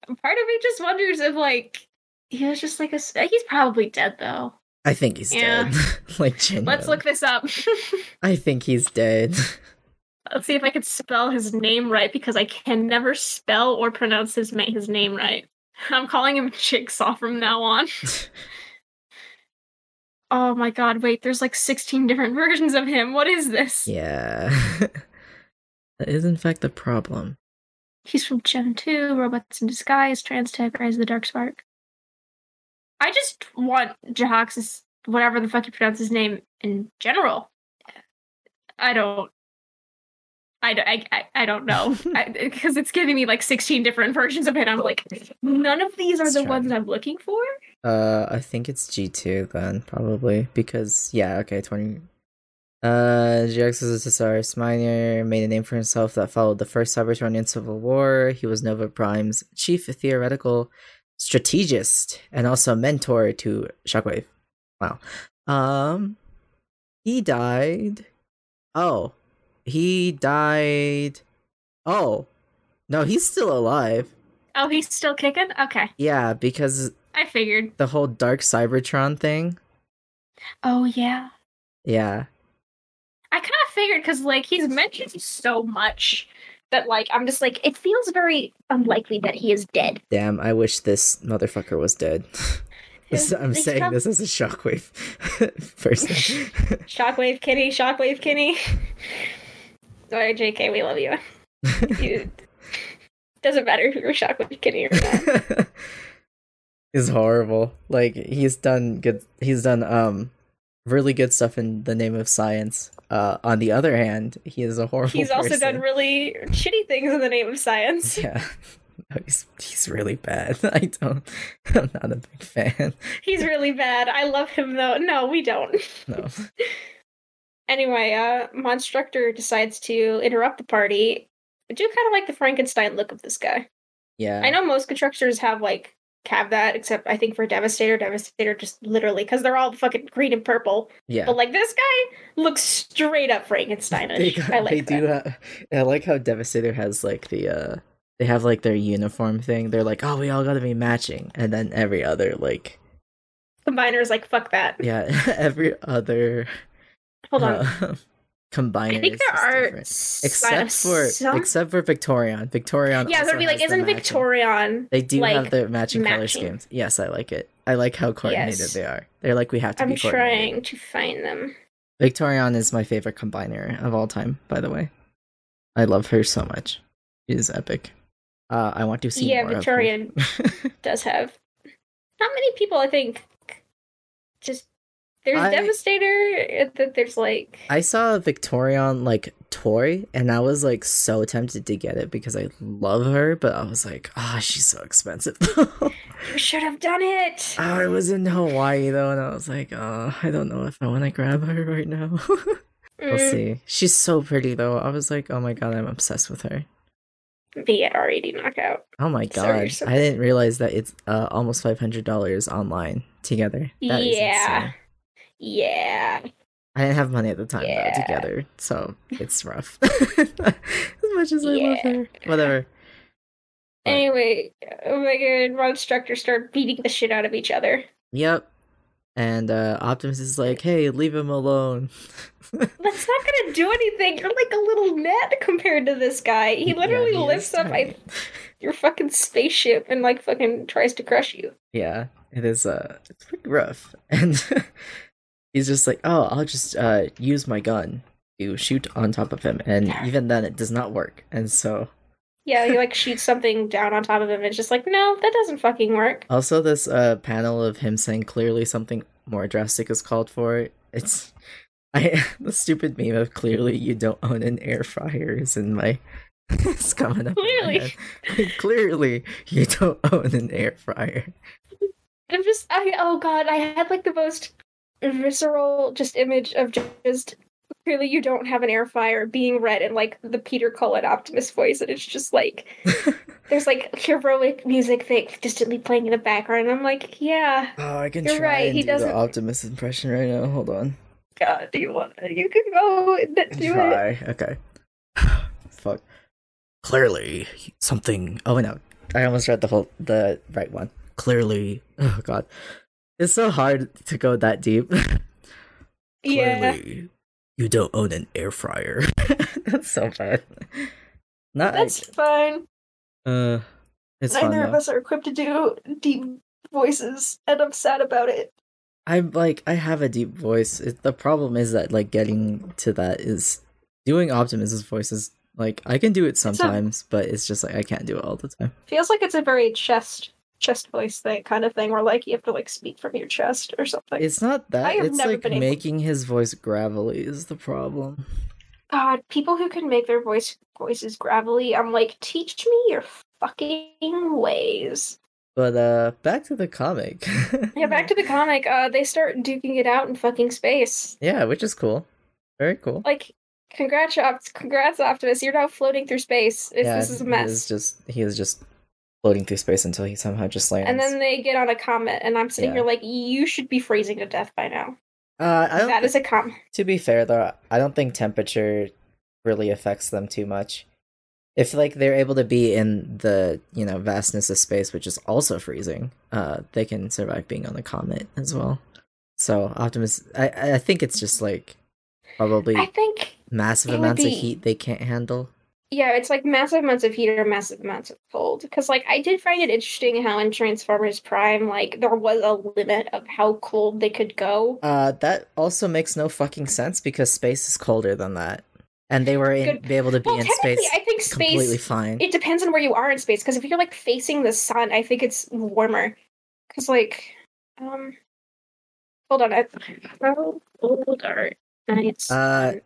[SPEAKER 3] part of me just wonders if like he was just like a s- he's probably dead though.
[SPEAKER 1] I think he's
[SPEAKER 3] Yeah.
[SPEAKER 1] dead. like genuinely.
[SPEAKER 3] Let's look this up.
[SPEAKER 1] I think he's dead.
[SPEAKER 3] Let's see if I can spell his name right because I can never spell or pronounce his ma- his name right. I'm calling him Jigsaw from now on. oh my god, wait, there's like 16 different versions of him. What is this?
[SPEAKER 1] yeah. that is in fact the problem.
[SPEAKER 3] He's from Gen 2, Robots in Disguise, Trans Tech, Rise of the Dark Spark. I just want Jahox's, whatever the fuck you pronounce his name, in general. I don't. I, don't- I, I, I don't know. Because it's giving me like 16 different versions of it. I'm like, none of these are
[SPEAKER 1] Let's
[SPEAKER 3] the
[SPEAKER 1] try.
[SPEAKER 3] ones I'm looking for.
[SPEAKER 1] Uh, I think it's G two then probably because yeah okay twenty. Uh, GX is a Thesaurus Minor made a name for himself that followed the first Cybertronian Civil War. He was Nova Prime's chief theoretical strategist and also mentor to Shockwave. Wow. Um, he died. Oh, he died. Oh, no, he's still alive.
[SPEAKER 3] Oh, he's still kicking? Okay.
[SPEAKER 1] Yeah, because
[SPEAKER 3] I figured.
[SPEAKER 1] the whole dark Cybertron thing.
[SPEAKER 3] Oh, yeah.
[SPEAKER 1] Yeah.
[SPEAKER 3] I kind of figured because like he's mentioned so much that like I'm just like it feels very unlikely that he is dead.
[SPEAKER 1] Damn, I wish this motherfucker was dead. This-
[SPEAKER 3] Yeah,
[SPEAKER 1] I'm
[SPEAKER 3] he's
[SPEAKER 1] saying
[SPEAKER 3] prob-
[SPEAKER 1] this as a shockwave person.
[SPEAKER 3] Shockwave Kitty, Shockwave Kitty. Sorry, JK, we love you. you. Doesn't matter if you're Shockwave Kitty or not.
[SPEAKER 1] is horrible. Like he's done good he's done um really good stuff in the name of science. Uh on the other hand, he is a horrible
[SPEAKER 3] He's also
[SPEAKER 1] person.
[SPEAKER 3] done really shitty things in the name of science.
[SPEAKER 1] Yeah. No, he's he's really bad. I don't I'm not a big fan.
[SPEAKER 3] He's really bad. I love him though. No, we don't.
[SPEAKER 1] No.
[SPEAKER 3] Anyway, uh, Monstructor decides to interrupt the party. I do kind of like the Frankenstein look of this guy.
[SPEAKER 1] Yeah.
[SPEAKER 3] I know most constructors have like have that, except I think for Devastator, Devastator just literally because they're all fucking green and purple.
[SPEAKER 1] Yeah.
[SPEAKER 3] But like this guy looks straight up
[SPEAKER 1] they,
[SPEAKER 3] Frankensteinish.
[SPEAKER 1] got-
[SPEAKER 3] I like
[SPEAKER 1] they
[SPEAKER 3] that.
[SPEAKER 1] do have, i like how devastator has like the uh they have like their uniform thing they're like oh we all gotta be matching and then every other like
[SPEAKER 3] Combiner is like fuck that.
[SPEAKER 1] yeah every other
[SPEAKER 3] Hold on,
[SPEAKER 1] uh, combiner.
[SPEAKER 3] I think
[SPEAKER 1] is
[SPEAKER 3] there
[SPEAKER 1] just
[SPEAKER 3] are
[SPEAKER 1] different.
[SPEAKER 3] s-
[SPEAKER 1] except for
[SPEAKER 3] some-
[SPEAKER 1] except for Victorian. Victorian.
[SPEAKER 3] yeah, I was
[SPEAKER 1] also
[SPEAKER 3] gonna be like,
[SPEAKER 1] has the
[SPEAKER 3] isn't
[SPEAKER 1] matching-
[SPEAKER 3] Victorian?
[SPEAKER 1] They do have
[SPEAKER 3] like,
[SPEAKER 1] the matching, color
[SPEAKER 3] matching?
[SPEAKER 1] schemes. Yes, I like it. I like how coordinated
[SPEAKER 3] Yes.
[SPEAKER 1] they are. They're like we have to
[SPEAKER 3] I'm
[SPEAKER 1] be coordinated.
[SPEAKER 3] trying to find them.
[SPEAKER 1] Victorian is my favorite combiner of all time. By the way, I love her so much. She is epic. Uh, I want to see more
[SPEAKER 3] Yeah,
[SPEAKER 1] of her.
[SPEAKER 3] Victorian. Does have not many people, I think. Just there's
[SPEAKER 1] I-
[SPEAKER 3] Devastator. uh, That there's like
[SPEAKER 1] I saw a Victorian like toy and I was like so tempted to get it because I love her, but I was like, ah, she's so expensive.
[SPEAKER 3] we should have done it.
[SPEAKER 1] I was in Hawaii though, and I was like, oh, I don't know if I want to grab her right now. we'll
[SPEAKER 3] Mm,
[SPEAKER 1] see. She's so pretty though. I was like, oh my god, I'm obsessed with her.
[SPEAKER 3] Be at R80 knockout.
[SPEAKER 1] Oh my
[SPEAKER 3] So you're
[SPEAKER 1] god,
[SPEAKER 3] so-
[SPEAKER 1] I didn't realize that it's uh, almost five hundred dollars online together. That is
[SPEAKER 3] Yeah.
[SPEAKER 1] insane.
[SPEAKER 3] Yeah.
[SPEAKER 1] I didn't have money at the time though,
[SPEAKER 3] Yeah.
[SPEAKER 1] together, so it's rough. as much as I love
[SPEAKER 3] Yeah.
[SPEAKER 1] her, whatever. But-
[SPEAKER 3] Anyway, oh Omega and Monstructor start beating the shit out of each other.
[SPEAKER 1] Yep. And uh, Optimus is like, "Hey, leave him alone."
[SPEAKER 3] That's not gonna do anything. You're like a little net compared to this guy. He
[SPEAKER 1] Yeah,
[SPEAKER 3] literally
[SPEAKER 1] he
[SPEAKER 3] lifts
[SPEAKER 1] is
[SPEAKER 3] up I,
[SPEAKER 1] tiny.
[SPEAKER 3] your fucking spaceship and like fucking tries to crush you.
[SPEAKER 1] yeah, it is. Uh, it's pretty rough. And he's just like, "Oh, I'll just uh use my gun to shoot on top of him," and even then, it does not work. And so,
[SPEAKER 3] Yeah, he like shoots something down on top of him and it's just like, no, that doesn't fucking work.
[SPEAKER 1] also this uh panel of him saying clearly something more drastic is called for. It's I the stupid meme of clearly you don't own an air fryer is in my. it's coming up. in my head.
[SPEAKER 3] Clearly.
[SPEAKER 1] Clearly, you don't own an air fryer.
[SPEAKER 3] I'm just I oh god, I had like the most visceral just image of just clearly you don't have an air fryer being read in like the Peter Cullen optimist voice and it's just like there's like heroic music fake distantly playing in the background. I'm like, yeah,
[SPEAKER 1] Oh, I can
[SPEAKER 3] You're
[SPEAKER 1] try
[SPEAKER 3] right,
[SPEAKER 1] and
[SPEAKER 3] he
[SPEAKER 1] do
[SPEAKER 3] doesn't-
[SPEAKER 1] the Optimus impression right now. Hold on.
[SPEAKER 3] God, do you want you can go and do it.
[SPEAKER 1] try. Okay. Fuck. Clearly, something. Oh no, I almost read the whole the right one. Clearly, oh god, it's so hard to go that deep.
[SPEAKER 3] Yeah.
[SPEAKER 1] Clearly, you don't own an air fryer. That's so bad. Not.
[SPEAKER 3] That's fine.
[SPEAKER 1] uh, it's fun,
[SPEAKER 3] Neither of
[SPEAKER 1] though.
[SPEAKER 3] us are equipped to do deep voices, and I'm sad about it.
[SPEAKER 1] I'm like I have a deep voice. It, the problem is that like getting to that is doing Optimus's voice is like I can do it
[SPEAKER 3] a-
[SPEAKER 1] sometimes, but it's just like I can't do it all the time.
[SPEAKER 3] Feels like it's a very chest chest voice thing kind of thing where like you have to like speak from your chest or something.
[SPEAKER 1] It's not that.
[SPEAKER 3] have
[SPEAKER 1] It's
[SPEAKER 3] never
[SPEAKER 1] like
[SPEAKER 3] been able-
[SPEAKER 1] making his voice gravelly is the problem.
[SPEAKER 3] God, people who can make their voice voices gravelly, I'm like, teach me your fucking ways.
[SPEAKER 1] But uh, back to the comic.
[SPEAKER 3] Yeah, back to the
[SPEAKER 1] Mm-hmm.
[SPEAKER 3] comic. Uh, they start duking it out in fucking space.
[SPEAKER 1] yeah, which is cool. Very cool.
[SPEAKER 3] Like, congrats, Opt- congrats, Optimus. You're now floating through space. It's,
[SPEAKER 1] yeah,
[SPEAKER 3] this is a
[SPEAKER 1] He is
[SPEAKER 3] mess.
[SPEAKER 1] just he is just floating through space until he somehow just lands.
[SPEAKER 3] And then they get on a comet, and I'm sitting
[SPEAKER 1] Yeah.
[SPEAKER 3] here like, you should be freezing to death by now.
[SPEAKER 1] uh, I don't
[SPEAKER 3] That is a comet.
[SPEAKER 1] To be fair though, I don't think temperature really affects them too much. If like they're able to be in the, you know, vastness of space which is also freezing, uh they can survive being on the comet as well. So Optimus I I think it's just like probably
[SPEAKER 3] I think,
[SPEAKER 1] massive
[SPEAKER 3] it would
[SPEAKER 1] amounts of
[SPEAKER 3] be-
[SPEAKER 1] heat they can't handle.
[SPEAKER 3] yeah, it's like massive amounts of heat or massive amounts of cold. Because, like, I did find it interesting how in Transformers Prime, like, there was a limit of how cold they could go.
[SPEAKER 1] Uh that also makes no fucking sense because space is colder than that. And they were in,
[SPEAKER 3] Good-
[SPEAKER 1] be able to be
[SPEAKER 3] Well,
[SPEAKER 1] in
[SPEAKER 3] technically,
[SPEAKER 1] space
[SPEAKER 3] I think space.
[SPEAKER 1] completely fine.
[SPEAKER 3] It depends on where you are in space. Because if you're like facing the sun, I think it's warmer. Because like, um, hold on, I, how old are nights?
[SPEAKER 1] Uh,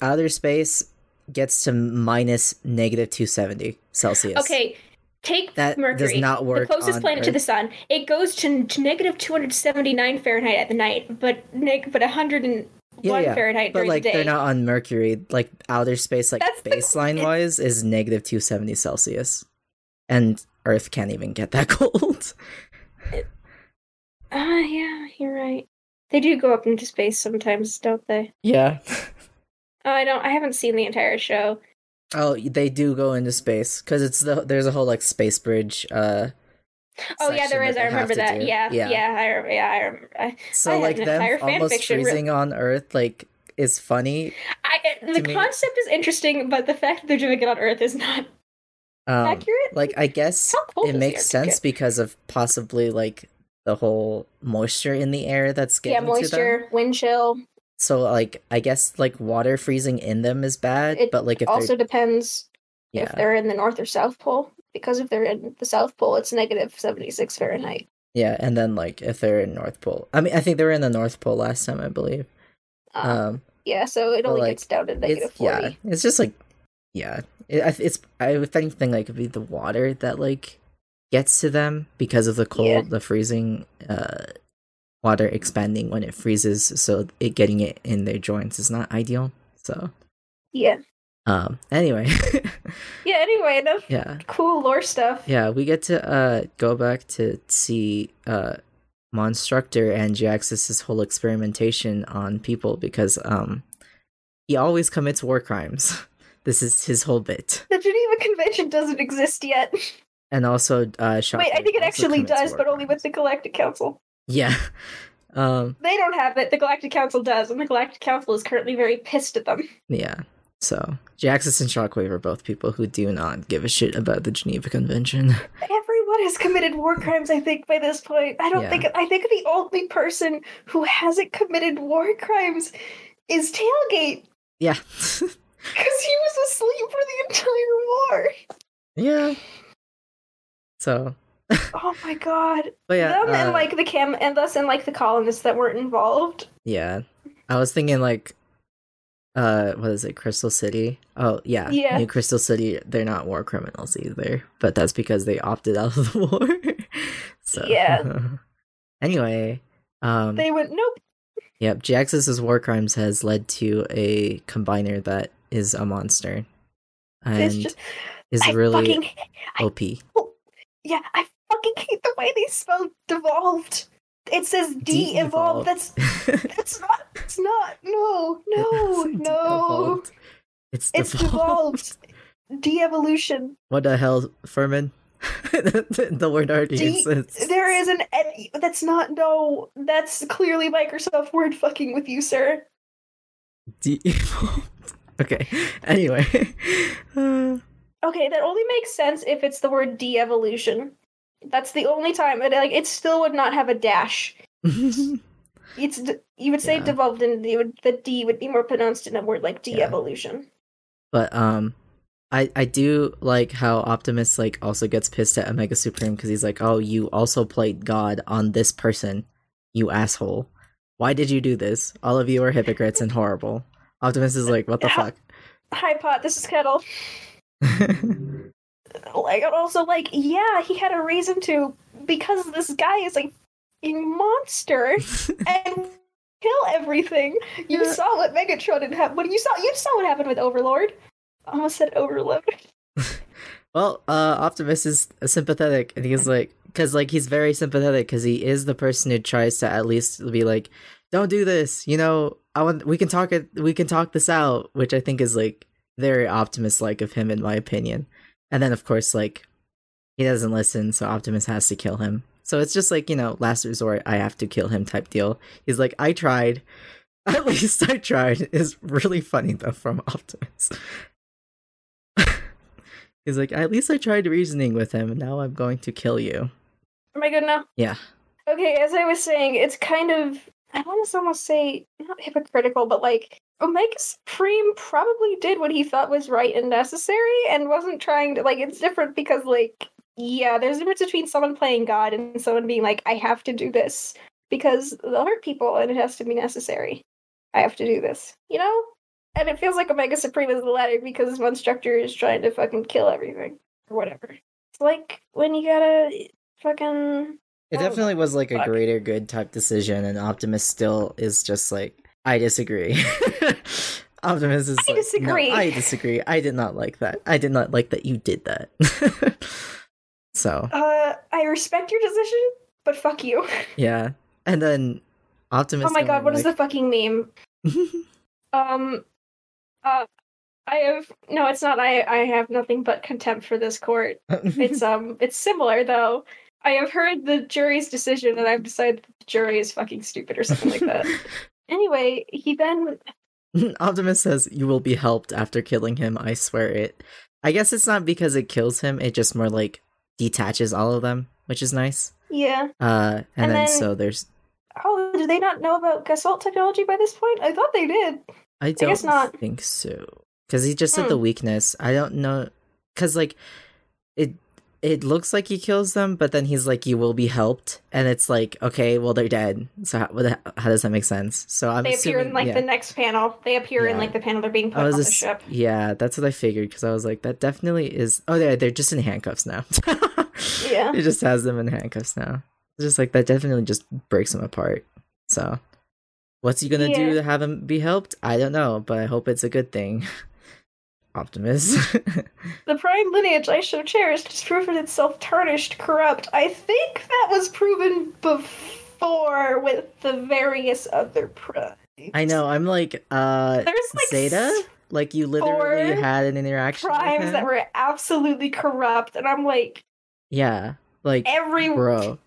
[SPEAKER 1] outer space gets to minus negative 270 Celsius.
[SPEAKER 3] okay, take
[SPEAKER 1] That
[SPEAKER 3] Mercury.
[SPEAKER 1] does not work.
[SPEAKER 3] the closest
[SPEAKER 1] on
[SPEAKER 3] planet to
[SPEAKER 1] Earth.
[SPEAKER 3] the sun. It goes to to negative 279 Fahrenheit at the night, but neg- but 101
[SPEAKER 1] Yeah, yeah.
[SPEAKER 3] Fahrenheit
[SPEAKER 1] But
[SPEAKER 3] during
[SPEAKER 1] like
[SPEAKER 3] the day.
[SPEAKER 1] they're not on Mercury. Like outer space, like
[SPEAKER 3] That's the-
[SPEAKER 1] baseline wise, is negative 270 Celsius, and Earth can't even get that cold.
[SPEAKER 3] Ah, yeah, you're right. They do go up into space sometimes, don't they?
[SPEAKER 1] yeah.
[SPEAKER 3] Oh, I don't. I haven't seen the entire show.
[SPEAKER 1] Oh, they do go into space because it's the there's a whole like space bridge. uh
[SPEAKER 3] Oh yeah, there
[SPEAKER 1] section
[SPEAKER 3] is.
[SPEAKER 1] they
[SPEAKER 3] I
[SPEAKER 1] have
[SPEAKER 3] remember
[SPEAKER 1] to
[SPEAKER 3] that.
[SPEAKER 1] do.
[SPEAKER 3] Yeah, yeah, I, rem- yeah, I, rem- I
[SPEAKER 1] So
[SPEAKER 3] I had
[SPEAKER 1] like
[SPEAKER 3] an
[SPEAKER 1] them
[SPEAKER 3] entire fan
[SPEAKER 1] almost
[SPEAKER 3] fiction writ-
[SPEAKER 1] freezing on Earth, like is funny.
[SPEAKER 3] I, eh, the
[SPEAKER 1] me-
[SPEAKER 3] concept is interesting, but the fact that they're doing it on Earth is not
[SPEAKER 1] Um,
[SPEAKER 3] accurate.
[SPEAKER 1] like I guess
[SPEAKER 3] How cold
[SPEAKER 1] it
[SPEAKER 3] is the
[SPEAKER 1] makes
[SPEAKER 3] Arctic?
[SPEAKER 1] sense because of possibly like the whole moisture in the air that's
[SPEAKER 3] Yeah,
[SPEAKER 1] getting to them.
[SPEAKER 3] moisture, wind chill.
[SPEAKER 1] So like I guess like water freezing in them is bad,
[SPEAKER 3] It
[SPEAKER 1] but like if
[SPEAKER 3] also
[SPEAKER 1] they're
[SPEAKER 3] depends if
[SPEAKER 1] yeah
[SPEAKER 3] they're in the North or South Pole. Because if they're in the South Pole, it's negative 76 Fahrenheit.
[SPEAKER 1] yeah, and then like if they're in North Pole, I mean I think they were in the North Pole last time I believe.
[SPEAKER 3] Um,
[SPEAKER 1] Um,
[SPEAKER 3] yeah, so it
[SPEAKER 1] but,
[SPEAKER 3] only
[SPEAKER 1] like,
[SPEAKER 3] gets down to negative
[SPEAKER 1] it's
[SPEAKER 3] 40.
[SPEAKER 1] yeah, it's just like yeah, it, I- it's I would think thing like it'd be the water that like gets to them because of the cold, the freezing uh water expanding when it freezes, so it getting it in their joints is not ideal. So
[SPEAKER 3] Yeah.
[SPEAKER 1] um anyway,
[SPEAKER 3] Yeah, anyway, enough
[SPEAKER 1] yeah.
[SPEAKER 3] cool lore stuff.
[SPEAKER 1] Yeah, we get to uh go back to see uh Monstructor and Jaxx's whole experimentation on people because um he always commits war crimes. This is his whole bit.
[SPEAKER 3] The Geneva Convention doesn't exist yet.
[SPEAKER 1] And also uh Shocker
[SPEAKER 3] Wait, I think it
[SPEAKER 1] also
[SPEAKER 3] actually
[SPEAKER 1] commits
[SPEAKER 3] does,
[SPEAKER 1] war
[SPEAKER 3] but only with
[SPEAKER 1] crimes.
[SPEAKER 3] the Galactic Council.
[SPEAKER 1] Yeah. Um
[SPEAKER 3] They don't have it. The Galactic Council does, and the Galactic Council is currently very pissed at them.
[SPEAKER 1] yeah. So Jaxxus and Shockwave are both people who do not give a shit about the Geneva Convention.
[SPEAKER 3] Everyone has committed war crimes, I think, by this point. I don't
[SPEAKER 1] Yeah.
[SPEAKER 3] think I think the only person who hasn't committed war crimes is Tailgate,
[SPEAKER 1] yeah.
[SPEAKER 3] because he was asleep for the entire
[SPEAKER 1] yeah. So
[SPEAKER 3] war. Oh my god.
[SPEAKER 1] but yeah.
[SPEAKER 3] them and
[SPEAKER 1] uh,
[SPEAKER 3] like the cam and thus and like the colonists that weren't involved.
[SPEAKER 1] Yeah. I was thinking like uh what is it, Crystal City? Oh yeah.
[SPEAKER 3] Yeah.
[SPEAKER 1] New Crystal City, they're not war criminals either. But that's because they opted out of the war. so
[SPEAKER 3] Yeah.
[SPEAKER 1] anyway, um
[SPEAKER 3] They went, Nope,
[SPEAKER 1] yep, Jaxxas's war crimes has led to a combiner that is a monster.
[SPEAKER 3] it's
[SPEAKER 1] And
[SPEAKER 3] just
[SPEAKER 1] is
[SPEAKER 3] I
[SPEAKER 1] really
[SPEAKER 3] fucking I-
[SPEAKER 1] OP.
[SPEAKER 3] Yeah, I fucking hate the way they spell devolved. It says de evolved.
[SPEAKER 1] De-evolved.
[SPEAKER 3] That's that's not it's not no no
[SPEAKER 1] It's
[SPEAKER 3] no
[SPEAKER 1] de-evolved. It's
[SPEAKER 3] it's
[SPEAKER 1] devolved.
[SPEAKER 3] devolved. De evolution.
[SPEAKER 1] What the hell, Furman? the word already
[SPEAKER 3] De-
[SPEAKER 1] exists.
[SPEAKER 3] There is an N- that's not no. That's clearly Microsoft Word fucking with you, sir.
[SPEAKER 1] devolved. Okay. Anyway. Uh,
[SPEAKER 3] Okay, that only makes sense if it's the word de evolution. That's the only time. It, like it still would not have a dash. It's d- you would say
[SPEAKER 1] Yeah.
[SPEAKER 3] devolved, and you would, the D would be more pronounced in a word like de
[SPEAKER 1] Yeah.
[SPEAKER 3] evolution.
[SPEAKER 1] but um I I do like how Optimus like also gets pissed at Omega Supreme because he's like, Oh, you also played God on this person, you asshole. Why did you do this? All of you are hypocrites and horrible. Optimus is like, What the
[SPEAKER 3] How-
[SPEAKER 1] fuck?
[SPEAKER 3] Hi, Pot. This is Kettle. Like, and also, like, yeah, he had a reason to because this guy is a fucking monster and kill everything. You
[SPEAKER 1] Yeah.
[SPEAKER 3] saw what Megatron had happened. What you saw, you saw what happened with Overlord. I almost said Overload.
[SPEAKER 1] Well, uh, Optimus is sympathetic, and he's like, because like he's very sympathetic, because he is the person who tries to at least be like, "Don't do this," you know. I want we can talk it, we can talk this out, which I think is like very Optimus like of him, in my opinion. And then of course, like he doesn't listen, so Optimus has to kill him. So it's just like you know, last resort, I have to kill him type deal. He's like, I tried. At least I tried. Is really funny though from Optimus. He's like, at least I tried reasoning with him. and Now I'm going to kill you.
[SPEAKER 3] Am I good now?
[SPEAKER 1] Yeah.
[SPEAKER 3] Okay, as I was saying, it's kind of I want to almost say not hypocritical, but like Omega Supreme probably did what he thought was right and necessary, and wasn't trying to like. It's different because like yeah, there's a difference between someone playing God and someone being like, I have to do this because they'll hurt people, and it has to be necessary. I have to do this, you know. And it feels like Omega Supreme is the latter because Monstructor is trying to fucking kill everything or whatever. It's like when you gotta fucking
[SPEAKER 1] It
[SPEAKER 3] Oh,
[SPEAKER 1] definitely was like a
[SPEAKER 3] fuck.
[SPEAKER 1] greater good type decision, and Optimus still is just like, I disagree. Optimus is
[SPEAKER 3] I
[SPEAKER 1] like, "No,
[SPEAKER 3] disagree."
[SPEAKER 1] I disagree. I did not like that. I did not like that you did that. so
[SPEAKER 3] Uh, I respect your decision, but fuck you.
[SPEAKER 1] yeah, and then Optimus.
[SPEAKER 3] oh my god, what
[SPEAKER 1] what
[SPEAKER 3] is
[SPEAKER 1] is
[SPEAKER 3] the fucking meme? Um, uh, I have no, it's not. I I have nothing but contempt for this court. It's um, it's similar though. I have heard the jury's decision, and I've decided that the jury is fucking stupid or something like that. Anyway, he then
[SPEAKER 1] Optimus says, You will be helped after killing him, I swear it. I guess it's not because it kills him, it just more like detaches all of them, which is nice.
[SPEAKER 3] Yeah.
[SPEAKER 1] Uh, and,
[SPEAKER 3] And
[SPEAKER 1] then,
[SPEAKER 3] then-
[SPEAKER 1] so there's.
[SPEAKER 3] Oh, do they not know about Gasalt technology by this point? I thought they did.
[SPEAKER 1] I don't
[SPEAKER 3] guess not.
[SPEAKER 1] think so. Because he just said the
[SPEAKER 3] Hmm.
[SPEAKER 1] weakness. I don't know. Because, like, it. It looks like he kills them, but then he's like, "You will be helped," and it's like, "Okay, well they're dead." So how, what the- how does that make sense? So I'm
[SPEAKER 3] they
[SPEAKER 1] assuming,
[SPEAKER 3] appear in like
[SPEAKER 1] yeah.
[SPEAKER 3] the next panel. They appear in
[SPEAKER 1] Yeah.
[SPEAKER 3] like the panel they're being
[SPEAKER 1] I
[SPEAKER 3] put on
[SPEAKER 1] was
[SPEAKER 3] the
[SPEAKER 1] just,
[SPEAKER 3] ship.
[SPEAKER 1] yeah, that's what I figured because I was like, that definitely is. Oh, yeah, they're just in handcuffs now.
[SPEAKER 3] Yeah.
[SPEAKER 1] it just has them in handcuffs now. Just like that, definitely just breaks them apart. So, what's he gonna do
[SPEAKER 3] Yeah.
[SPEAKER 1] to have him be helped? I don't know, but I hope it's a good thing. Optimus.
[SPEAKER 3] The prime lineage I should have cherished has proven itself tarnished, corrupt. I think that was proven before with the various other primes.
[SPEAKER 1] I know. I'm like, uh,
[SPEAKER 3] There's like
[SPEAKER 1] Zeta.
[SPEAKER 3] s-
[SPEAKER 1] Like you literally
[SPEAKER 3] four
[SPEAKER 1] had an interaction. with
[SPEAKER 3] primes
[SPEAKER 1] him?
[SPEAKER 3] that were absolutely corrupt, and I'm like,
[SPEAKER 1] yeah, like
[SPEAKER 3] every
[SPEAKER 1] bro.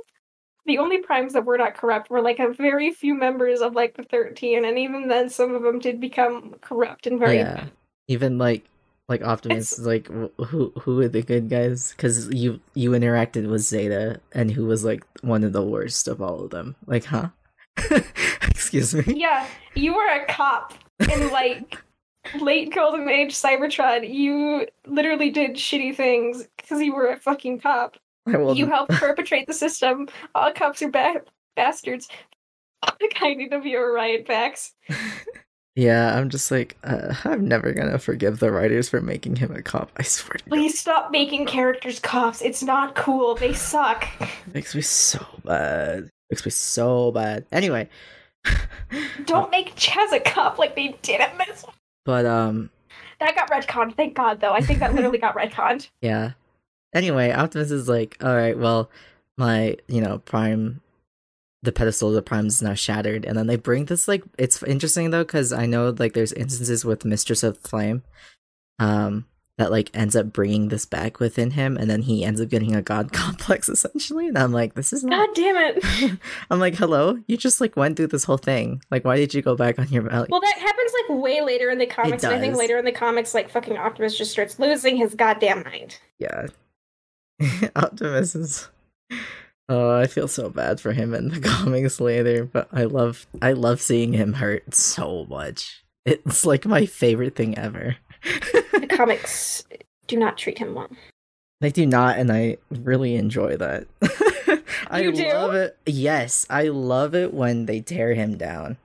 [SPEAKER 3] the only primes that were not corrupt were like a very few members of like the 13 and even then some of them did become corrupt and very
[SPEAKER 1] Oh, Yeah. Even like like Optimus
[SPEAKER 3] It's-
[SPEAKER 1] is like wh- who who are the good guys? Because you you interacted with Zeta and who was like one of the worst of all of them. Like, huh? Excuse me.
[SPEAKER 3] yeah you were a cop in like late golden age cybertron you literally did shitty things because you were a fucking cop
[SPEAKER 1] I will.
[SPEAKER 3] you helped perpetrate the system all cops are ba- bastards the kind of your riot backs
[SPEAKER 1] yeah, I'm just like uh, I'm never gonna forgive the writers for making him a cop. I swear to God,
[SPEAKER 3] please stop making characters cops it's not cool they suck
[SPEAKER 1] it makes me so bad. Makes me so bad. Anyway,
[SPEAKER 3] don't make chaz a cop like they did in this
[SPEAKER 1] but um,
[SPEAKER 3] That got retconned, thank God, though. I think that literally got retconned.
[SPEAKER 1] Yeah. Anyway, Optimus is like, all right, well, my, you know, prime, the pedestal of the prime is now shattered. And then they bring this, like, it's interesting though, because I know, like, there's instances with Mistress of Flame um, that, like, ends up bringing this back within him. And then he ends up getting a god complex, essentially. And I'm like, this is not.
[SPEAKER 3] God damn it.
[SPEAKER 1] I'm like, hello? You just, like, went through this whole thing. Like, why did you go back on your belly?
[SPEAKER 3] Well, that happens like way later in the comics, and I think
[SPEAKER 1] does.
[SPEAKER 3] later in the comics, like fucking Optimus just starts losing his goddamn mind.
[SPEAKER 1] yeah. Optimus is Oh, I feel so bad for him in the comics later, but I love I love seeing him hurt so much. It's like my favorite thing ever.
[SPEAKER 3] The comics do not treat him well.
[SPEAKER 1] They do not, and I really enjoy that. I
[SPEAKER 3] You do?
[SPEAKER 1] love it. Yes, I love it when they tear him down.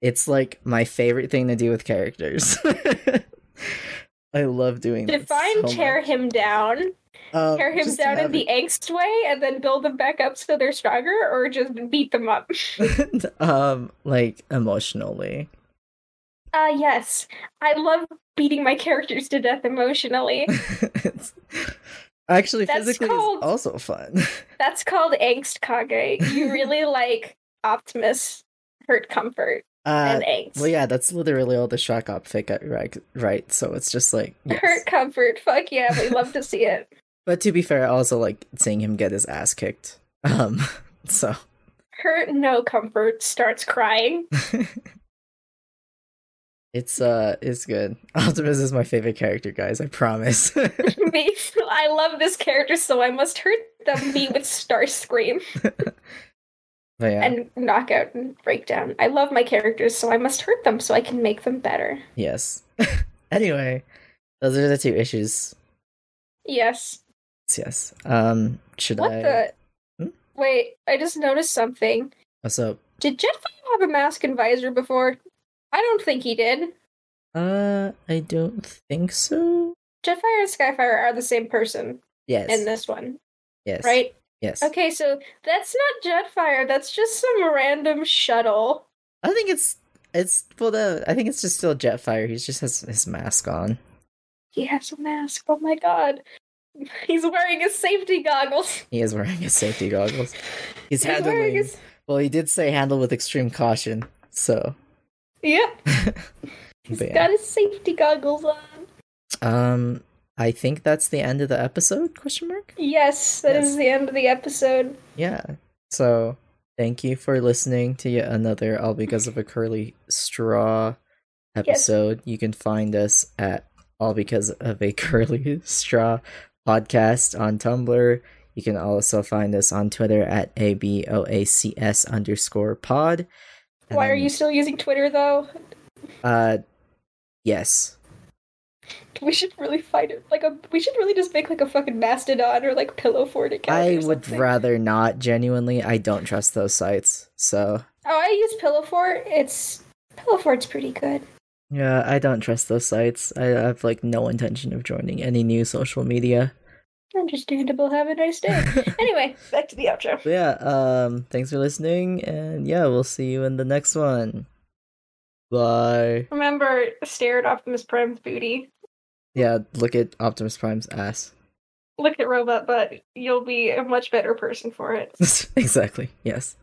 [SPEAKER 1] It's like my favorite thing to do with characters. I love doing that
[SPEAKER 3] Define
[SPEAKER 1] so
[SPEAKER 3] tear
[SPEAKER 1] much.
[SPEAKER 3] him down,
[SPEAKER 1] Um,
[SPEAKER 3] tear him
[SPEAKER 1] just
[SPEAKER 3] down in
[SPEAKER 1] have
[SPEAKER 3] the angst way, and then build them back up so they're stronger, or just beat them up.
[SPEAKER 1] um like emotionally
[SPEAKER 3] Ah, yes, I love beating my characters to death emotionally.
[SPEAKER 1] It's- actually
[SPEAKER 3] That's
[SPEAKER 1] physically is
[SPEAKER 3] called-
[SPEAKER 1] also fun
[SPEAKER 3] That's called angst, Kage. You really like Optimus hurt comfort
[SPEAKER 1] uh
[SPEAKER 3] and angst.
[SPEAKER 1] well yeah that's literally all the shock optic got uh, right right so it's just like yes.
[SPEAKER 3] Hurt comfort. Fuck yeah, we love to see it.
[SPEAKER 1] but to be fair i also like seeing him get his ass kicked um so
[SPEAKER 3] Hurt no comfort starts crying.
[SPEAKER 1] it's uh it's good optimus is my favorite character guys i promise
[SPEAKER 3] Me, I love this character, so I must hurt them. Me with star scream
[SPEAKER 1] but yeah
[SPEAKER 3] and knockout and breakdown. I love my characters, so I must hurt them so I can make them better.
[SPEAKER 1] yes anyway those are the two issues
[SPEAKER 3] Yes.
[SPEAKER 1] yes um should
[SPEAKER 3] What
[SPEAKER 1] i
[SPEAKER 3] the?
[SPEAKER 1] Hmm?
[SPEAKER 3] Wait, I just noticed something.
[SPEAKER 1] what's up
[SPEAKER 3] Did Jet Five have a mask and visor before? I don't think he did.
[SPEAKER 1] Uh, I don't think so.
[SPEAKER 3] Jetfire and Skyfire are the same person
[SPEAKER 1] Yes.
[SPEAKER 3] in this one,
[SPEAKER 1] yes.
[SPEAKER 3] right?
[SPEAKER 1] Yes.
[SPEAKER 3] Okay, so that's not Jetfire. That's just some random shuttle.
[SPEAKER 1] I think it's it's well, the, I think it's just still Jetfire. He just has his mask on.
[SPEAKER 3] He has a mask. Oh my god. He's wearing his safety goggles.
[SPEAKER 1] He is wearing his safety goggles. He's
[SPEAKER 3] He's wearing
[SPEAKER 1] handling.
[SPEAKER 3] his.
[SPEAKER 1] Well, he did say handle with extreme caution. So.
[SPEAKER 3] Yep. He's
[SPEAKER 1] but yeah.
[SPEAKER 3] got his safety goggles on.
[SPEAKER 1] Um, I think that's the end of the episode. Question mark.
[SPEAKER 3] Yes, that is
[SPEAKER 1] Yes.
[SPEAKER 3] the end of the episode.
[SPEAKER 1] Yeah. So, thank you for listening to yet another all because of a curly straw episode, you can find us at All Because of a Curly Straw podcast on Tumblr. You can also find us on Twitter at A B O A C S underscore pod. And
[SPEAKER 3] Why are
[SPEAKER 1] then,
[SPEAKER 3] you still using Twitter though?
[SPEAKER 1] uh yes.
[SPEAKER 3] We should really fight it. Like a, we should really just make like a fucking mastodon or like pillow fort account.
[SPEAKER 1] I
[SPEAKER 3] or
[SPEAKER 1] would
[SPEAKER 3] something.
[SPEAKER 1] rather not, genuinely. I don't trust those sites. So
[SPEAKER 3] Oh, I use pillow fort. It's pillow fort's pretty good.
[SPEAKER 1] Yeah, I don't trust those sites. I have like no intention of joining any new social media.
[SPEAKER 3] Understandable. Have a nice day. anyway, back to the outro.
[SPEAKER 1] But yeah, um thanks for listening and yeah, we'll see you in the next one. Bye.
[SPEAKER 3] Remember, stare at Optimus Prime's booty.
[SPEAKER 1] Yeah, look at Optimus Prime's ass.
[SPEAKER 3] Look at Robot Butt. You'll be a much better person for it.
[SPEAKER 1] exactly. Yes.